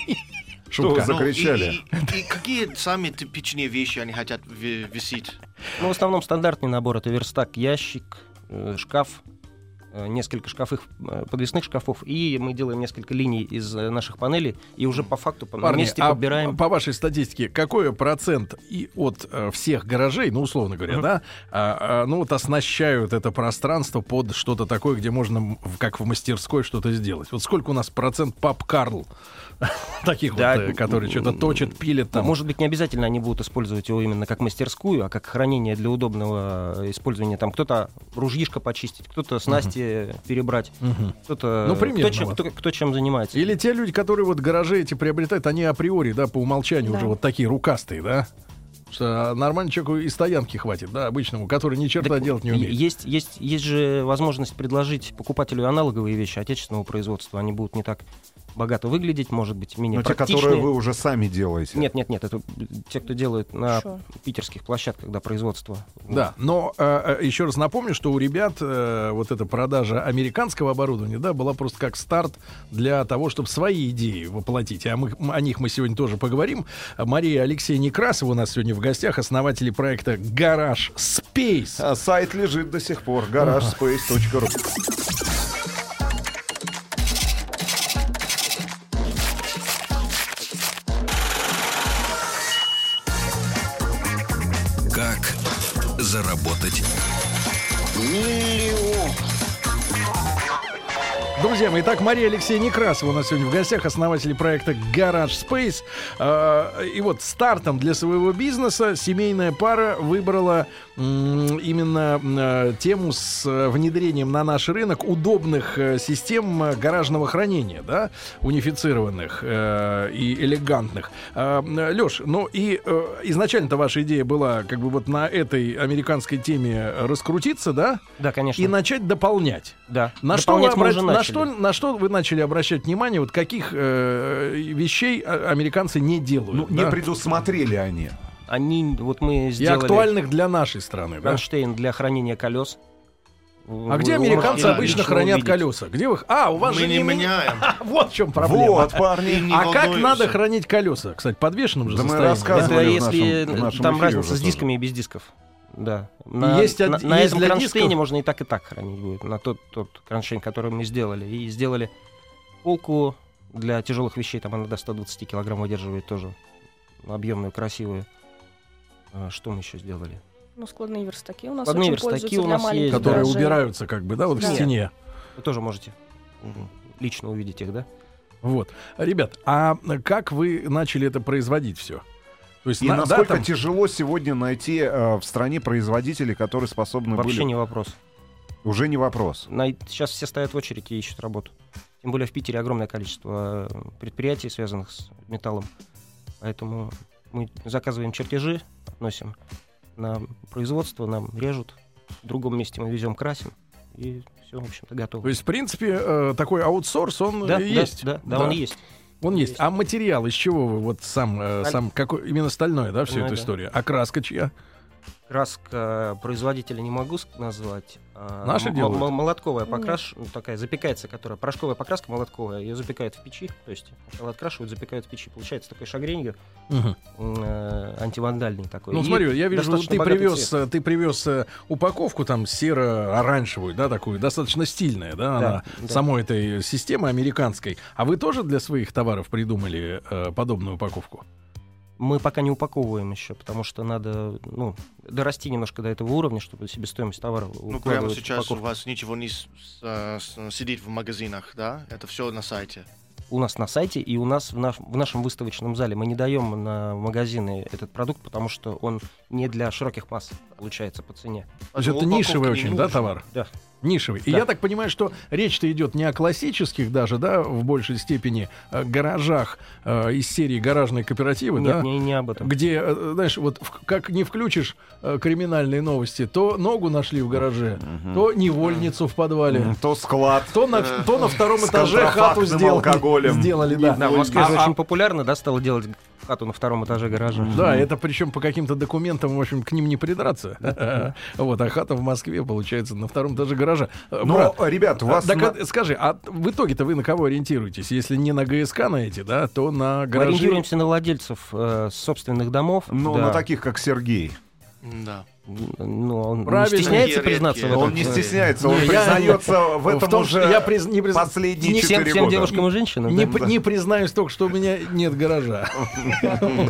Speaker 3: Что вы
Speaker 2: Шутка.
Speaker 7: Ну,
Speaker 3: закричали?
Speaker 7: и- и- и какие самые типичные вещи они хотят ви- висеть?
Speaker 6: Ну, в основном стандартный набор это верстак, ящик, э, шкаф, э, несколько шкафов, э, подвесных шкафов, и мы делаем несколько линий из э, наших панелей, и уже по факту по-
Speaker 2: Парни,
Speaker 6: вместе
Speaker 2: а
Speaker 6: подбираем.
Speaker 2: по вашей статистике, какой процент и от э, всех гаражей, ну, условно говоря,
Speaker 6: Мгм.
Speaker 2: да, а, а, ну, вот оснащают это пространство под что-то такое, где можно, м, в- как в мастерской, что-то сделать? Вот сколько у нас процент пап-карл [laughs] таких
Speaker 6: Да,
Speaker 2: вот, э, которые что-то
Speaker 6: м,
Speaker 2: точат, пилят там?
Speaker 6: Может быть, не обязательно они будут использовать его именно как мастерскую, а как хранение для удобного э, использования. Там кто-то ружьишко почистить, кто-то снасти э, перебрать,
Speaker 2: Мгм.
Speaker 6: кто-то...
Speaker 2: Ну,
Speaker 6: кто,
Speaker 2: примерно
Speaker 6: чем,
Speaker 2: вот.
Speaker 6: кто, кто чем занимается.
Speaker 2: Или те люди, которые вот гаражи эти приобретают, они априори, да, по умолчанию
Speaker 5: Да.
Speaker 2: уже вот такие рукастые, да? Что нормально человеку и стоянки хватит, да, обычному, который ни черта
Speaker 6: Так,
Speaker 2: делать не
Speaker 6: е-
Speaker 2: умеет.
Speaker 6: Есть, есть, есть же возможность предложить покупателю аналоговые вещи отечественного производства. Они будут не так богато выглядеть, может быть, менее
Speaker 3: Ну, те,
Speaker 6: практичные.
Speaker 3: которые вы уже сами делаете.
Speaker 6: Нет, нет, нет, это те, кто делает на
Speaker 5: Хорошо.
Speaker 6: питерских площадках, да, производство.
Speaker 2: Да, но э, еще раз напомню, что у ребят э, вот эта продажа американского оборудования, да, была просто как старт для того, чтобы свои идеи воплотить. А мы, м, о них мы сегодня тоже поговорим. А Мария и Алексей Некрасова у нас сегодня в гостях, основатели проекта «Гараж Спейс».
Speaker 3: А сайт лежит до сих пор. garagespace.ru
Speaker 1: Как заработать?
Speaker 2: Друзья мои, итак, Мария Алексей Некрасова у нас сегодня в гостях, основатели проекта Garage Space. Э, И вот стартом для своего бизнеса семейная пара выбрала м, именно э, тему с э, внедрением на наш рынок удобных э, систем э, гаражного хранения, да, унифицированных э, и элегантных. Леш, ну и э, изначально-то ваша идея была как бы вот на этой американской теме раскрутиться, да,
Speaker 6: Да, конечно.
Speaker 2: и начать дополнять.
Speaker 6: Да.
Speaker 2: На что, вы
Speaker 6: Дополнять мы
Speaker 2: обра-
Speaker 6: уже
Speaker 2: на,
Speaker 6: начали.
Speaker 2: что, на что вы начали обращать внимание? Вот каких э, вещей а, американцы не
Speaker 3: Ну,
Speaker 2: делают?
Speaker 3: не
Speaker 2: да?
Speaker 3: предусмотрели они.
Speaker 6: Они, вот мы
Speaker 2: И
Speaker 6: сделали...
Speaker 2: актуальных для нашей страны, да?
Speaker 6: кронштейн для хранения колес.
Speaker 2: А где американцы
Speaker 7: можете
Speaker 2: обычно
Speaker 7: лично
Speaker 2: хранят
Speaker 6: колеса?
Speaker 2: колеса? Где вы их? А, у вас
Speaker 7: Мы
Speaker 2: же
Speaker 7: не
Speaker 2: не ми-
Speaker 7: меняем.
Speaker 2: [laughs] Вот в чем проблема.
Speaker 3: Вот, парни.
Speaker 7: И не
Speaker 2: а как
Speaker 7: волнуемся.
Speaker 2: надо хранить колеса? Кстати, подвешенным же
Speaker 3: Да мы
Speaker 2: состоянии.
Speaker 3: рассказывали.
Speaker 6: Это
Speaker 3: Рассказывали в
Speaker 6: если
Speaker 3: нашем- в нашем
Speaker 6: там
Speaker 3: эфире
Speaker 6: разница
Speaker 3: уже
Speaker 6: с
Speaker 3: тоже.
Speaker 6: дисками и без дисков. Да.
Speaker 2: Есть од-
Speaker 6: на,
Speaker 2: есть
Speaker 6: на этом
Speaker 2: для
Speaker 6: кронштейне
Speaker 2: дисков?
Speaker 6: можно и так, и так хранить будет. На тот, тот кронштейн, который мы сделали. И сделали полку для тяжелых вещей. Там она до 120 килограмм выдерживает тоже. объемную, красивую. А, Что мы еще сделали?
Speaker 5: Ну, складные верстаки у нас
Speaker 6: Складные
Speaker 5: очень
Speaker 6: верстаки
Speaker 5: пользуются
Speaker 6: у
Speaker 5: для
Speaker 6: нас
Speaker 5: маленьких
Speaker 6: есть, да.
Speaker 2: Которые
Speaker 5: гаражей.
Speaker 2: убираются как бы, да, вот
Speaker 5: Да.
Speaker 2: в стене.
Speaker 6: Вы тоже можете м, лично увидеть их, да?
Speaker 2: Вот. Ребят, а как вы начали это производить все? То есть
Speaker 3: И
Speaker 2: на- да,
Speaker 3: насколько
Speaker 2: там-
Speaker 3: тяжело сегодня найти э, в стране производителей, которые способны
Speaker 6: Вообще
Speaker 3: были?
Speaker 6: не вопрос.
Speaker 3: Уже не вопрос.
Speaker 6: Сейчас все стоят в очередь и ищут работу. Тем более в Питере огромное количество э, предприятий, связанных с металлом. Поэтому мы заказываем чертежи, относим на производство, нам режут. В другом месте мы везем, красим. И все, в общем-то, готово.
Speaker 2: То есть, в принципе, э, такой аутсорс, он
Speaker 6: да,
Speaker 2: э, есть.
Speaker 6: Да, да, да, он есть.
Speaker 2: Он есть.
Speaker 6: Есть.
Speaker 2: А материал из чего вы вот сам, э,
Speaker 6: Сталь.
Speaker 2: сам какой, именно стальное, да, всю
Speaker 6: Стальное,
Speaker 2: эту
Speaker 6: да.
Speaker 2: историю? А краска чья?
Speaker 6: Краска э, производителя не могу ск- назвать. а,
Speaker 2: Наши
Speaker 6: м-
Speaker 2: делают?
Speaker 6: м- Молотковая
Speaker 5: Нет.
Speaker 6: покрас, ну, такая запекается, которая порошковая покраска молотковая, ее запекают в печи, то есть сначала открашивают, запекают в печи, получается такой шагренью
Speaker 2: Мгм.
Speaker 6: м, э, антивандальный такой.
Speaker 2: Ну,
Speaker 6: И
Speaker 2: смотри, я вижу, вот
Speaker 6: достаточно
Speaker 2: ты
Speaker 6: богатый
Speaker 2: привез,
Speaker 6: цвет.
Speaker 2: э, ты привез э, упаковку там серо-оранжевую, да, такую, достаточно стильная, да,
Speaker 6: Да,
Speaker 2: она
Speaker 6: да.
Speaker 2: самой этой системы американской. А вы тоже для своих товаров придумали э, подобную упаковку?
Speaker 6: Мы пока не упаковываем еще, потому что надо, ну, дорасти немножко до этого уровня, чтобы себестоимость товара
Speaker 7: Ну,
Speaker 6: укладывать
Speaker 7: прямо
Speaker 6: в
Speaker 7: сейчас у
Speaker 6: упаковку.
Speaker 7: вас ничего не с- а, с- с- сидит в магазинах, да? Это все на сайте.
Speaker 6: у нас на сайте и у нас в, наш- в нашем выставочном зале. Мы не даем на магазины этот продукт, потому что он не для широких масс получается по цене.
Speaker 2: То есть это
Speaker 6: Ну,
Speaker 7: Упаковки
Speaker 2: нишевый
Speaker 7: не
Speaker 2: А очень, да,
Speaker 7: нужно.
Speaker 2: товар?
Speaker 6: Да.
Speaker 2: Нишевый. И
Speaker 6: Да.
Speaker 2: я так понимаю, что речь-то идет не о классических даже, да, в большей степени э, гаражах э, из серии гаражные кооперативы,
Speaker 6: Нет,
Speaker 2: да?
Speaker 6: не, не об этом.
Speaker 2: Где, э, знаешь, вот в- как не включишь э, криминальные новости, то ногу нашли в гараже,
Speaker 3: Мгм.
Speaker 2: то невольницу в подвале,
Speaker 3: М, То склад.
Speaker 2: то на,
Speaker 7: Э,
Speaker 2: то на втором
Speaker 3: с
Speaker 2: этаже хату
Speaker 3: контрафактным
Speaker 2: сделали.
Speaker 3: алкоголем.
Speaker 2: Сделали, да.
Speaker 6: Да, в Москве
Speaker 2: А-
Speaker 6: же
Speaker 2: а-
Speaker 6: очень популярно, да, стало делать хату на втором этаже гаража.
Speaker 2: Да, это причем по каким-то документам, в общем, к ним не придраться. [laughs] Вот, а хата в Москве, получается, на втором этаже гаража. Э,
Speaker 3: Но,
Speaker 2: брат,
Speaker 3: ребят, у вас...
Speaker 2: Так,
Speaker 3: на-
Speaker 2: а скажи, а в итоге-то вы на кого ориентируетесь? Если не на ГСК на эти, да, то на
Speaker 6: Мы
Speaker 2: гаражи.
Speaker 6: ориентируемся на владельцев э, собственных домов.
Speaker 3: Ну,
Speaker 6: да.
Speaker 3: на таких, как Сергей.
Speaker 7: Да.
Speaker 6: М, Ну, он
Speaker 2: Правильно.
Speaker 6: не стесняется
Speaker 7: Такие
Speaker 6: признаться в
Speaker 7: редкие.
Speaker 6: этом.
Speaker 3: Он не стесняется, он
Speaker 2: Не, я-
Speaker 3: признается в этом
Speaker 2: том, что
Speaker 3: уже
Speaker 2: я приз- не приз-
Speaker 3: последние
Speaker 2: не-
Speaker 6: Всем,
Speaker 3: 4
Speaker 6: всем
Speaker 3: года.
Speaker 6: девушкам и женщинам.
Speaker 2: Не,
Speaker 6: да.
Speaker 2: п- не признаюсь только, что у меня нет гаража.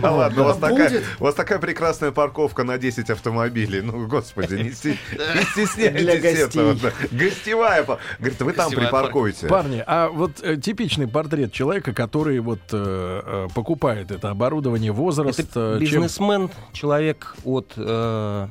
Speaker 3: Да ладно, у вас, такая, у вас такая прекрасная парковка на 10 автомобилей. Ну, господи, не, сте- не
Speaker 2: Для
Speaker 3: стесняйтесь
Speaker 2: гостей.
Speaker 3: этого. да. Гостевая. пар- Говорит, вы там
Speaker 7: Гостевая
Speaker 3: припаркуете.
Speaker 2: Парни, а вот э, типичный портрет человека, который вот э, э, покупает это оборудование, возраст,
Speaker 6: Это
Speaker 2: э,
Speaker 6: бизнесмен, человек от э,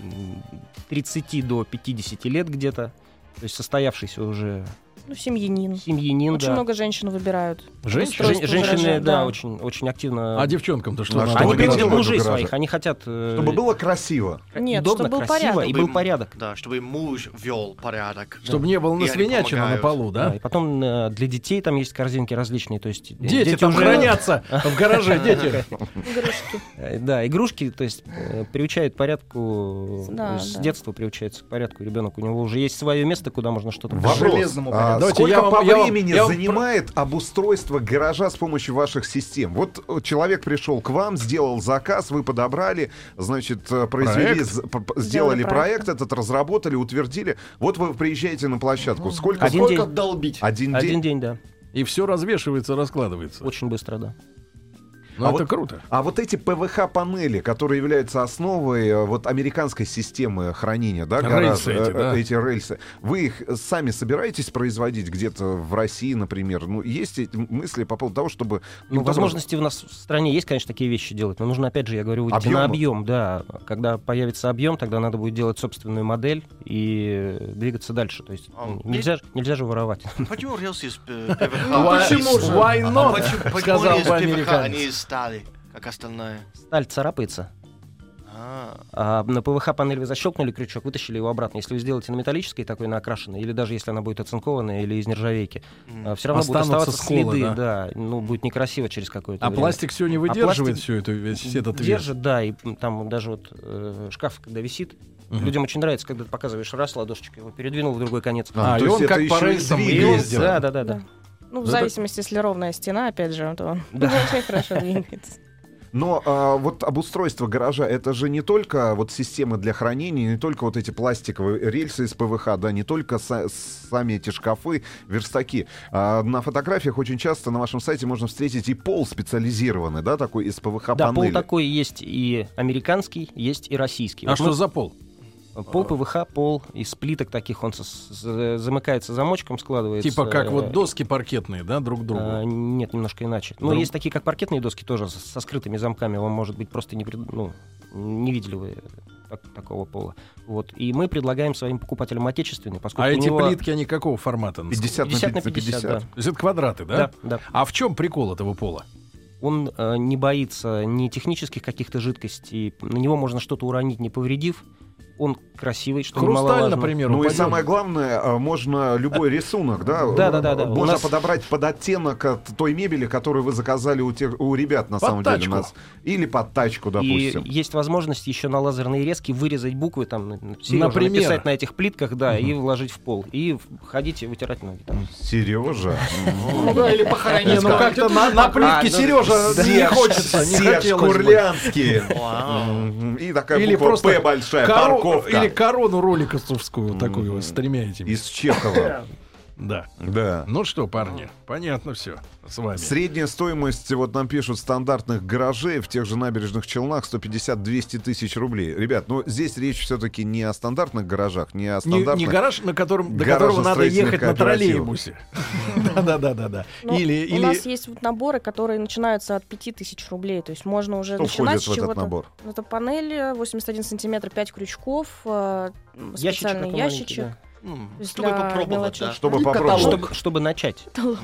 Speaker 6: м, 30 до 50 лет где-то, то есть состоявшийся уже
Speaker 5: Ну, семьянин.
Speaker 6: семьянин.
Speaker 5: Очень
Speaker 6: да.
Speaker 5: много женщин
Speaker 6: [laughs]
Speaker 5: выбирают.
Speaker 2: чем женщина.
Speaker 5: устройств
Speaker 6: Жен- женщины,
Speaker 5: гаража,
Speaker 6: да,
Speaker 5: да.
Speaker 6: очень, очень активно.
Speaker 2: А девчонкам-то что
Speaker 3: А
Speaker 2: надо?
Speaker 3: что
Speaker 6: они
Speaker 3: они
Speaker 6: приводят
Speaker 3: делают в
Speaker 6: мужей
Speaker 3: гараже?
Speaker 6: своих, они хотят э,
Speaker 3: Чтобы было красиво.
Speaker 5: Нет,
Speaker 6: удобно,
Speaker 5: чтобы был
Speaker 6: красиво
Speaker 5: порядок.
Speaker 6: и
Speaker 7: Чтобы
Speaker 6: был
Speaker 7: им-
Speaker 6: порядок.
Speaker 7: Да, чтобы им муж вел порядок.
Speaker 2: Чтобы не было
Speaker 7: И они
Speaker 2: насвинячено на
Speaker 7: помогают.
Speaker 2: полу,
Speaker 6: Да,
Speaker 2: да?
Speaker 6: и потом э, для детей там есть корзинки различные, то есть э,
Speaker 2: Дети, там
Speaker 6: уже-
Speaker 2: хранятся в гараже, дети.
Speaker 5: Игрушки.
Speaker 6: Э, Да, игрушки, то есть э, приучают порядку э,
Speaker 5: Да,
Speaker 6: с
Speaker 5: да.
Speaker 6: детства приучается к порядку ребенок, у него уже есть свое место, куда можно что-то.
Speaker 3: Вопрос.
Speaker 4: железному
Speaker 3: А,
Speaker 4: порядку.
Speaker 2: Давайте
Speaker 3: сколько
Speaker 2: я вам-
Speaker 3: по
Speaker 2: я вам-
Speaker 3: времени
Speaker 2: я вам
Speaker 3: занимает обустройство гаража с помощью ваших систем? Вот э, человек пришел к вам, сделал заказ, вы подобрали, значит, э, произвели,
Speaker 2: Проект.
Speaker 3: з- п- п- сделали
Speaker 5: Сделали
Speaker 3: проект этот, разработали, утвердили. Вот вы приезжаете на площадку. Сколько?
Speaker 6: Один
Speaker 4: Сколько
Speaker 6: день.
Speaker 4: долбить?
Speaker 2: А
Speaker 3: Один
Speaker 6: Один
Speaker 3: день.
Speaker 6: день, да,
Speaker 2: И все развешивается, раскладывается.
Speaker 6: очень быстро, да.
Speaker 2: Ну,
Speaker 3: А
Speaker 2: это
Speaker 3: вот-
Speaker 2: круто.
Speaker 3: А вот эти ПВХ-панели, которые являются основой э, вот американской системы хранения, да, гараж,
Speaker 2: Рельсы эти,
Speaker 3: э,
Speaker 2: да.
Speaker 3: эти рельсы, вы их сами собираетесь производить где-то в России, например? Ну, есть эти мысли по поводу того, чтобы...
Speaker 6: Ну,
Speaker 3: каким-то
Speaker 6: возможности у нас в стране есть, конечно, такие вещи делать, но нужно, опять же, я говорю, выйти
Speaker 3: Объёмы.
Speaker 6: на объем, да. Когда появится объем, тогда надо будет делать собственную модель и э, двигаться дальше. То есть
Speaker 7: А,
Speaker 6: ну,
Speaker 7: и-
Speaker 6: нельзя, ж- нельзя же воровать. [laughs]
Speaker 7: Почему рельсы из
Speaker 2: [laughs]
Speaker 7: э, ПВХ?
Speaker 2: Ну, почему же? Why not? сказал
Speaker 7: из
Speaker 2: бы
Speaker 7: ПВХ
Speaker 2: американец.
Speaker 7: они стали, как остальное?
Speaker 6: Сталь царапается,
Speaker 7: А,
Speaker 6: а на ПВХ-панель вы защелкнули крючок, вытащили его обратно. Если вы сделаете на металлической такой, на окрашенной, или даже если она будет оцинкованная или из нержавейки,
Speaker 7: м.
Speaker 6: все равно будут
Speaker 2: Останутся
Speaker 6: оставаться
Speaker 2: сколы,
Speaker 6: следы, да. Ну, будет некрасиво через какое-то
Speaker 2: А
Speaker 6: время.
Speaker 2: пластик все не выдерживает
Speaker 6: пластик
Speaker 2: всю эту весь этот вес.
Speaker 6: Держит, да, и м, там даже вот э, шкаф, когда висит,
Speaker 2: Мгм.
Speaker 6: людям очень нравится, когда ты показываешь раз ладошечкой, его передвинул в другой конец.
Speaker 2: А,
Speaker 3: то
Speaker 2: и
Speaker 3: есть
Speaker 2: он
Speaker 3: это
Speaker 2: как по
Speaker 3: еще и
Speaker 2: рельсам
Speaker 3: двигатель.
Speaker 6: И он-
Speaker 2: ездил.
Speaker 6: Да, да, да,
Speaker 5: Да.
Speaker 6: да.
Speaker 5: Ну,
Speaker 2: Ну,
Speaker 5: в
Speaker 2: так-
Speaker 5: [laughs] зависимости, если ровная стена, опять же, то он
Speaker 6: Да.
Speaker 5: очень хорошо двигается.
Speaker 3: Но а, вот обустройство гаража это же не только вот системы для хранения, не только вот эти пластиковые рельсы из ПВХ, да, не только са- сами эти шкафы, верстаки. А на фотографиях очень часто на вашем сайте можно встретить и пол специализированный, да, такой из ПВХ
Speaker 6: Да,
Speaker 3: панели.
Speaker 6: пол такой есть и американский, есть и российский.
Speaker 2: А
Speaker 6: Вот мы-
Speaker 2: что за пол?
Speaker 6: Пол ПВХ, пол из плиток таких, он со- с- замыкается замочком, складывается.
Speaker 2: Типа как
Speaker 6: э,
Speaker 2: вот доски паркетные, да, друг к другу.
Speaker 6: А, нет, немножко иначе. Но
Speaker 2: Друг-
Speaker 6: есть такие, как паркетные доски, тоже с- со скрытыми замками. Вам, может быть, просто не, пред- ну, не видели вы так- такого пола. Вот. И мы предлагаем своим покупателям отечественные, поскольку
Speaker 2: а
Speaker 6: у
Speaker 2: эти
Speaker 6: него
Speaker 2: плитки, они какого формата?
Speaker 3: 50,
Speaker 6: 50
Speaker 3: Ну, на
Speaker 6: на
Speaker 3: 50.
Speaker 6: 50, да.
Speaker 2: То есть это квадраты, да?
Speaker 6: Да, да.
Speaker 2: А в чем прикол этого пола?
Speaker 6: Он э, не боится ни технических каких-то жидкостей, на него можно что-то уронить, не повредив. Он красивый, что
Speaker 2: Хрусталь,
Speaker 6: немаловажно.
Speaker 2: например,
Speaker 3: Ну и
Speaker 2: упадет.
Speaker 3: самое главное, а, можно любой рисунок, да? Э,
Speaker 6: Да-да-да-да. У
Speaker 3: Можно
Speaker 6: нас-
Speaker 3: подобрать под оттенок от той мебели, которую вы заказали у, тех, у ребят, на
Speaker 2: Под
Speaker 3: самом деле.
Speaker 2: тачку.
Speaker 3: у Нас. Или под тачку,
Speaker 6: И
Speaker 3: допустим.
Speaker 6: есть возможность еще на лазерные резки вырезать буквы, там, на- на- серьёзно
Speaker 2: Например.
Speaker 6: написать на этих плитках, да, и вложить в пол. И в- ходить и вытирать ноги. там.
Speaker 2: [laughs]
Speaker 3: Сережа.
Speaker 4: Ну да, или похоронить.
Speaker 2: Не, ну как-то на, на плитке Сережа не хочется, не
Speaker 3: Серж
Speaker 2: хотелось бы. [laughs]
Speaker 3: Курлянский.
Speaker 7: Вау.
Speaker 3: Мгм. И такая буква «П» большая,
Speaker 2: коро-
Speaker 3: парковка. М-м-м.
Speaker 2: Или корону роликосовскую такую
Speaker 3: Мгм.
Speaker 2: с тремя этими.
Speaker 3: Из
Speaker 2: [laughs]
Speaker 3: Чехова.
Speaker 2: Да.
Speaker 3: Да.
Speaker 2: Ну что, парни, понятно все с вами.
Speaker 3: Средняя стоимость, вот нам пишут, стандартных гаражей в тех же набережных Челнах 150-200 тысяч рублей. Ребят, ну здесь речь все-таки не о стандартных гаражах, не о
Speaker 2: Не, не
Speaker 3: стандартных...
Speaker 2: гараж, на котором, до
Speaker 3: Гаражно-
Speaker 2: которого надо
Speaker 3: строительных
Speaker 2: ехать на
Speaker 3: кооперативов.
Speaker 2: троллейбусе. [laughs] Да-да-да-да-да.
Speaker 5: Ну,
Speaker 2: Или,
Speaker 5: У
Speaker 2: или...
Speaker 5: нас есть вот наборы, которые начинаются от 5000 рублей, то есть можно уже
Speaker 3: Что входит
Speaker 5: начинать а с
Speaker 3: в этот
Speaker 5: чего-то.
Speaker 3: набор?
Speaker 5: Ну, Это панель э, 81 сантиметр, 5 крючков, э, м,
Speaker 6: Ящичек
Speaker 5: специальный
Speaker 6: такой маленький,
Speaker 5: ящичек.
Speaker 7: М,
Speaker 5: Для
Speaker 7: Чтобы попробовать, да.
Speaker 5: мелочевки.
Speaker 3: Чтобы
Speaker 4: И
Speaker 6: да.
Speaker 3: попробовать.
Speaker 4: каталог.
Speaker 6: Чтобы, чтобы начать.
Speaker 2: Ну,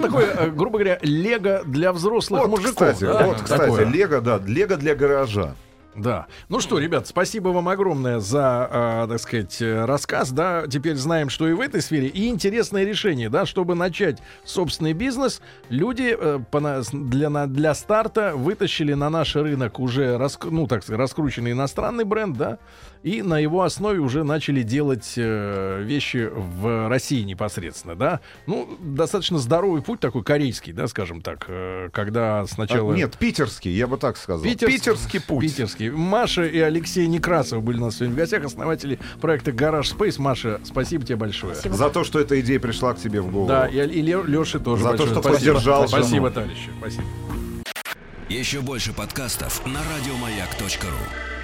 Speaker 2: Такое, э, грубо говоря, лего для взрослых
Speaker 3: Вот,
Speaker 2: мужиков.
Speaker 3: кстати,
Speaker 2: да?
Speaker 3: вот, кстати,
Speaker 2: Такое.
Speaker 3: лего, да, лего для гаража.
Speaker 2: Да. Ну что, ребят, спасибо вам огромное за, э, так сказать, э, рассказ. Да, теперь знаем, что и в этой сфере. И интересное решение, да, чтобы начать собственный бизнес, люди э, пона- с- для, на- для старта вытащили на наш рынок уже, раск- ну, так сказать, раскрученный иностранный бренд, да, и на его основе уже начали делать э, вещи в России непосредственно, да. Ну, достаточно здоровый путь такой корейский, да, скажем так, э, когда сначала...
Speaker 3: А, Нет, питерский, я бы так сказал.
Speaker 2: Питерс-
Speaker 3: Питерский путь.
Speaker 2: Питерский. Маша и Алексей Некрасов были у нас сегодня в гостях, основатели проекта «Гараж Спейс». Маша, спасибо тебе большое.
Speaker 5: Спасибо.
Speaker 3: За то, что эта идея пришла к тебе в голову.
Speaker 2: Да, и, Леше тоже
Speaker 3: За то,
Speaker 2: большое
Speaker 3: что
Speaker 2: спасибо.
Speaker 3: поддержал жену.
Speaker 2: Спасибо, товарищи. Спасибо.
Speaker 1: Еще больше подкастов на радиомаяк.ру.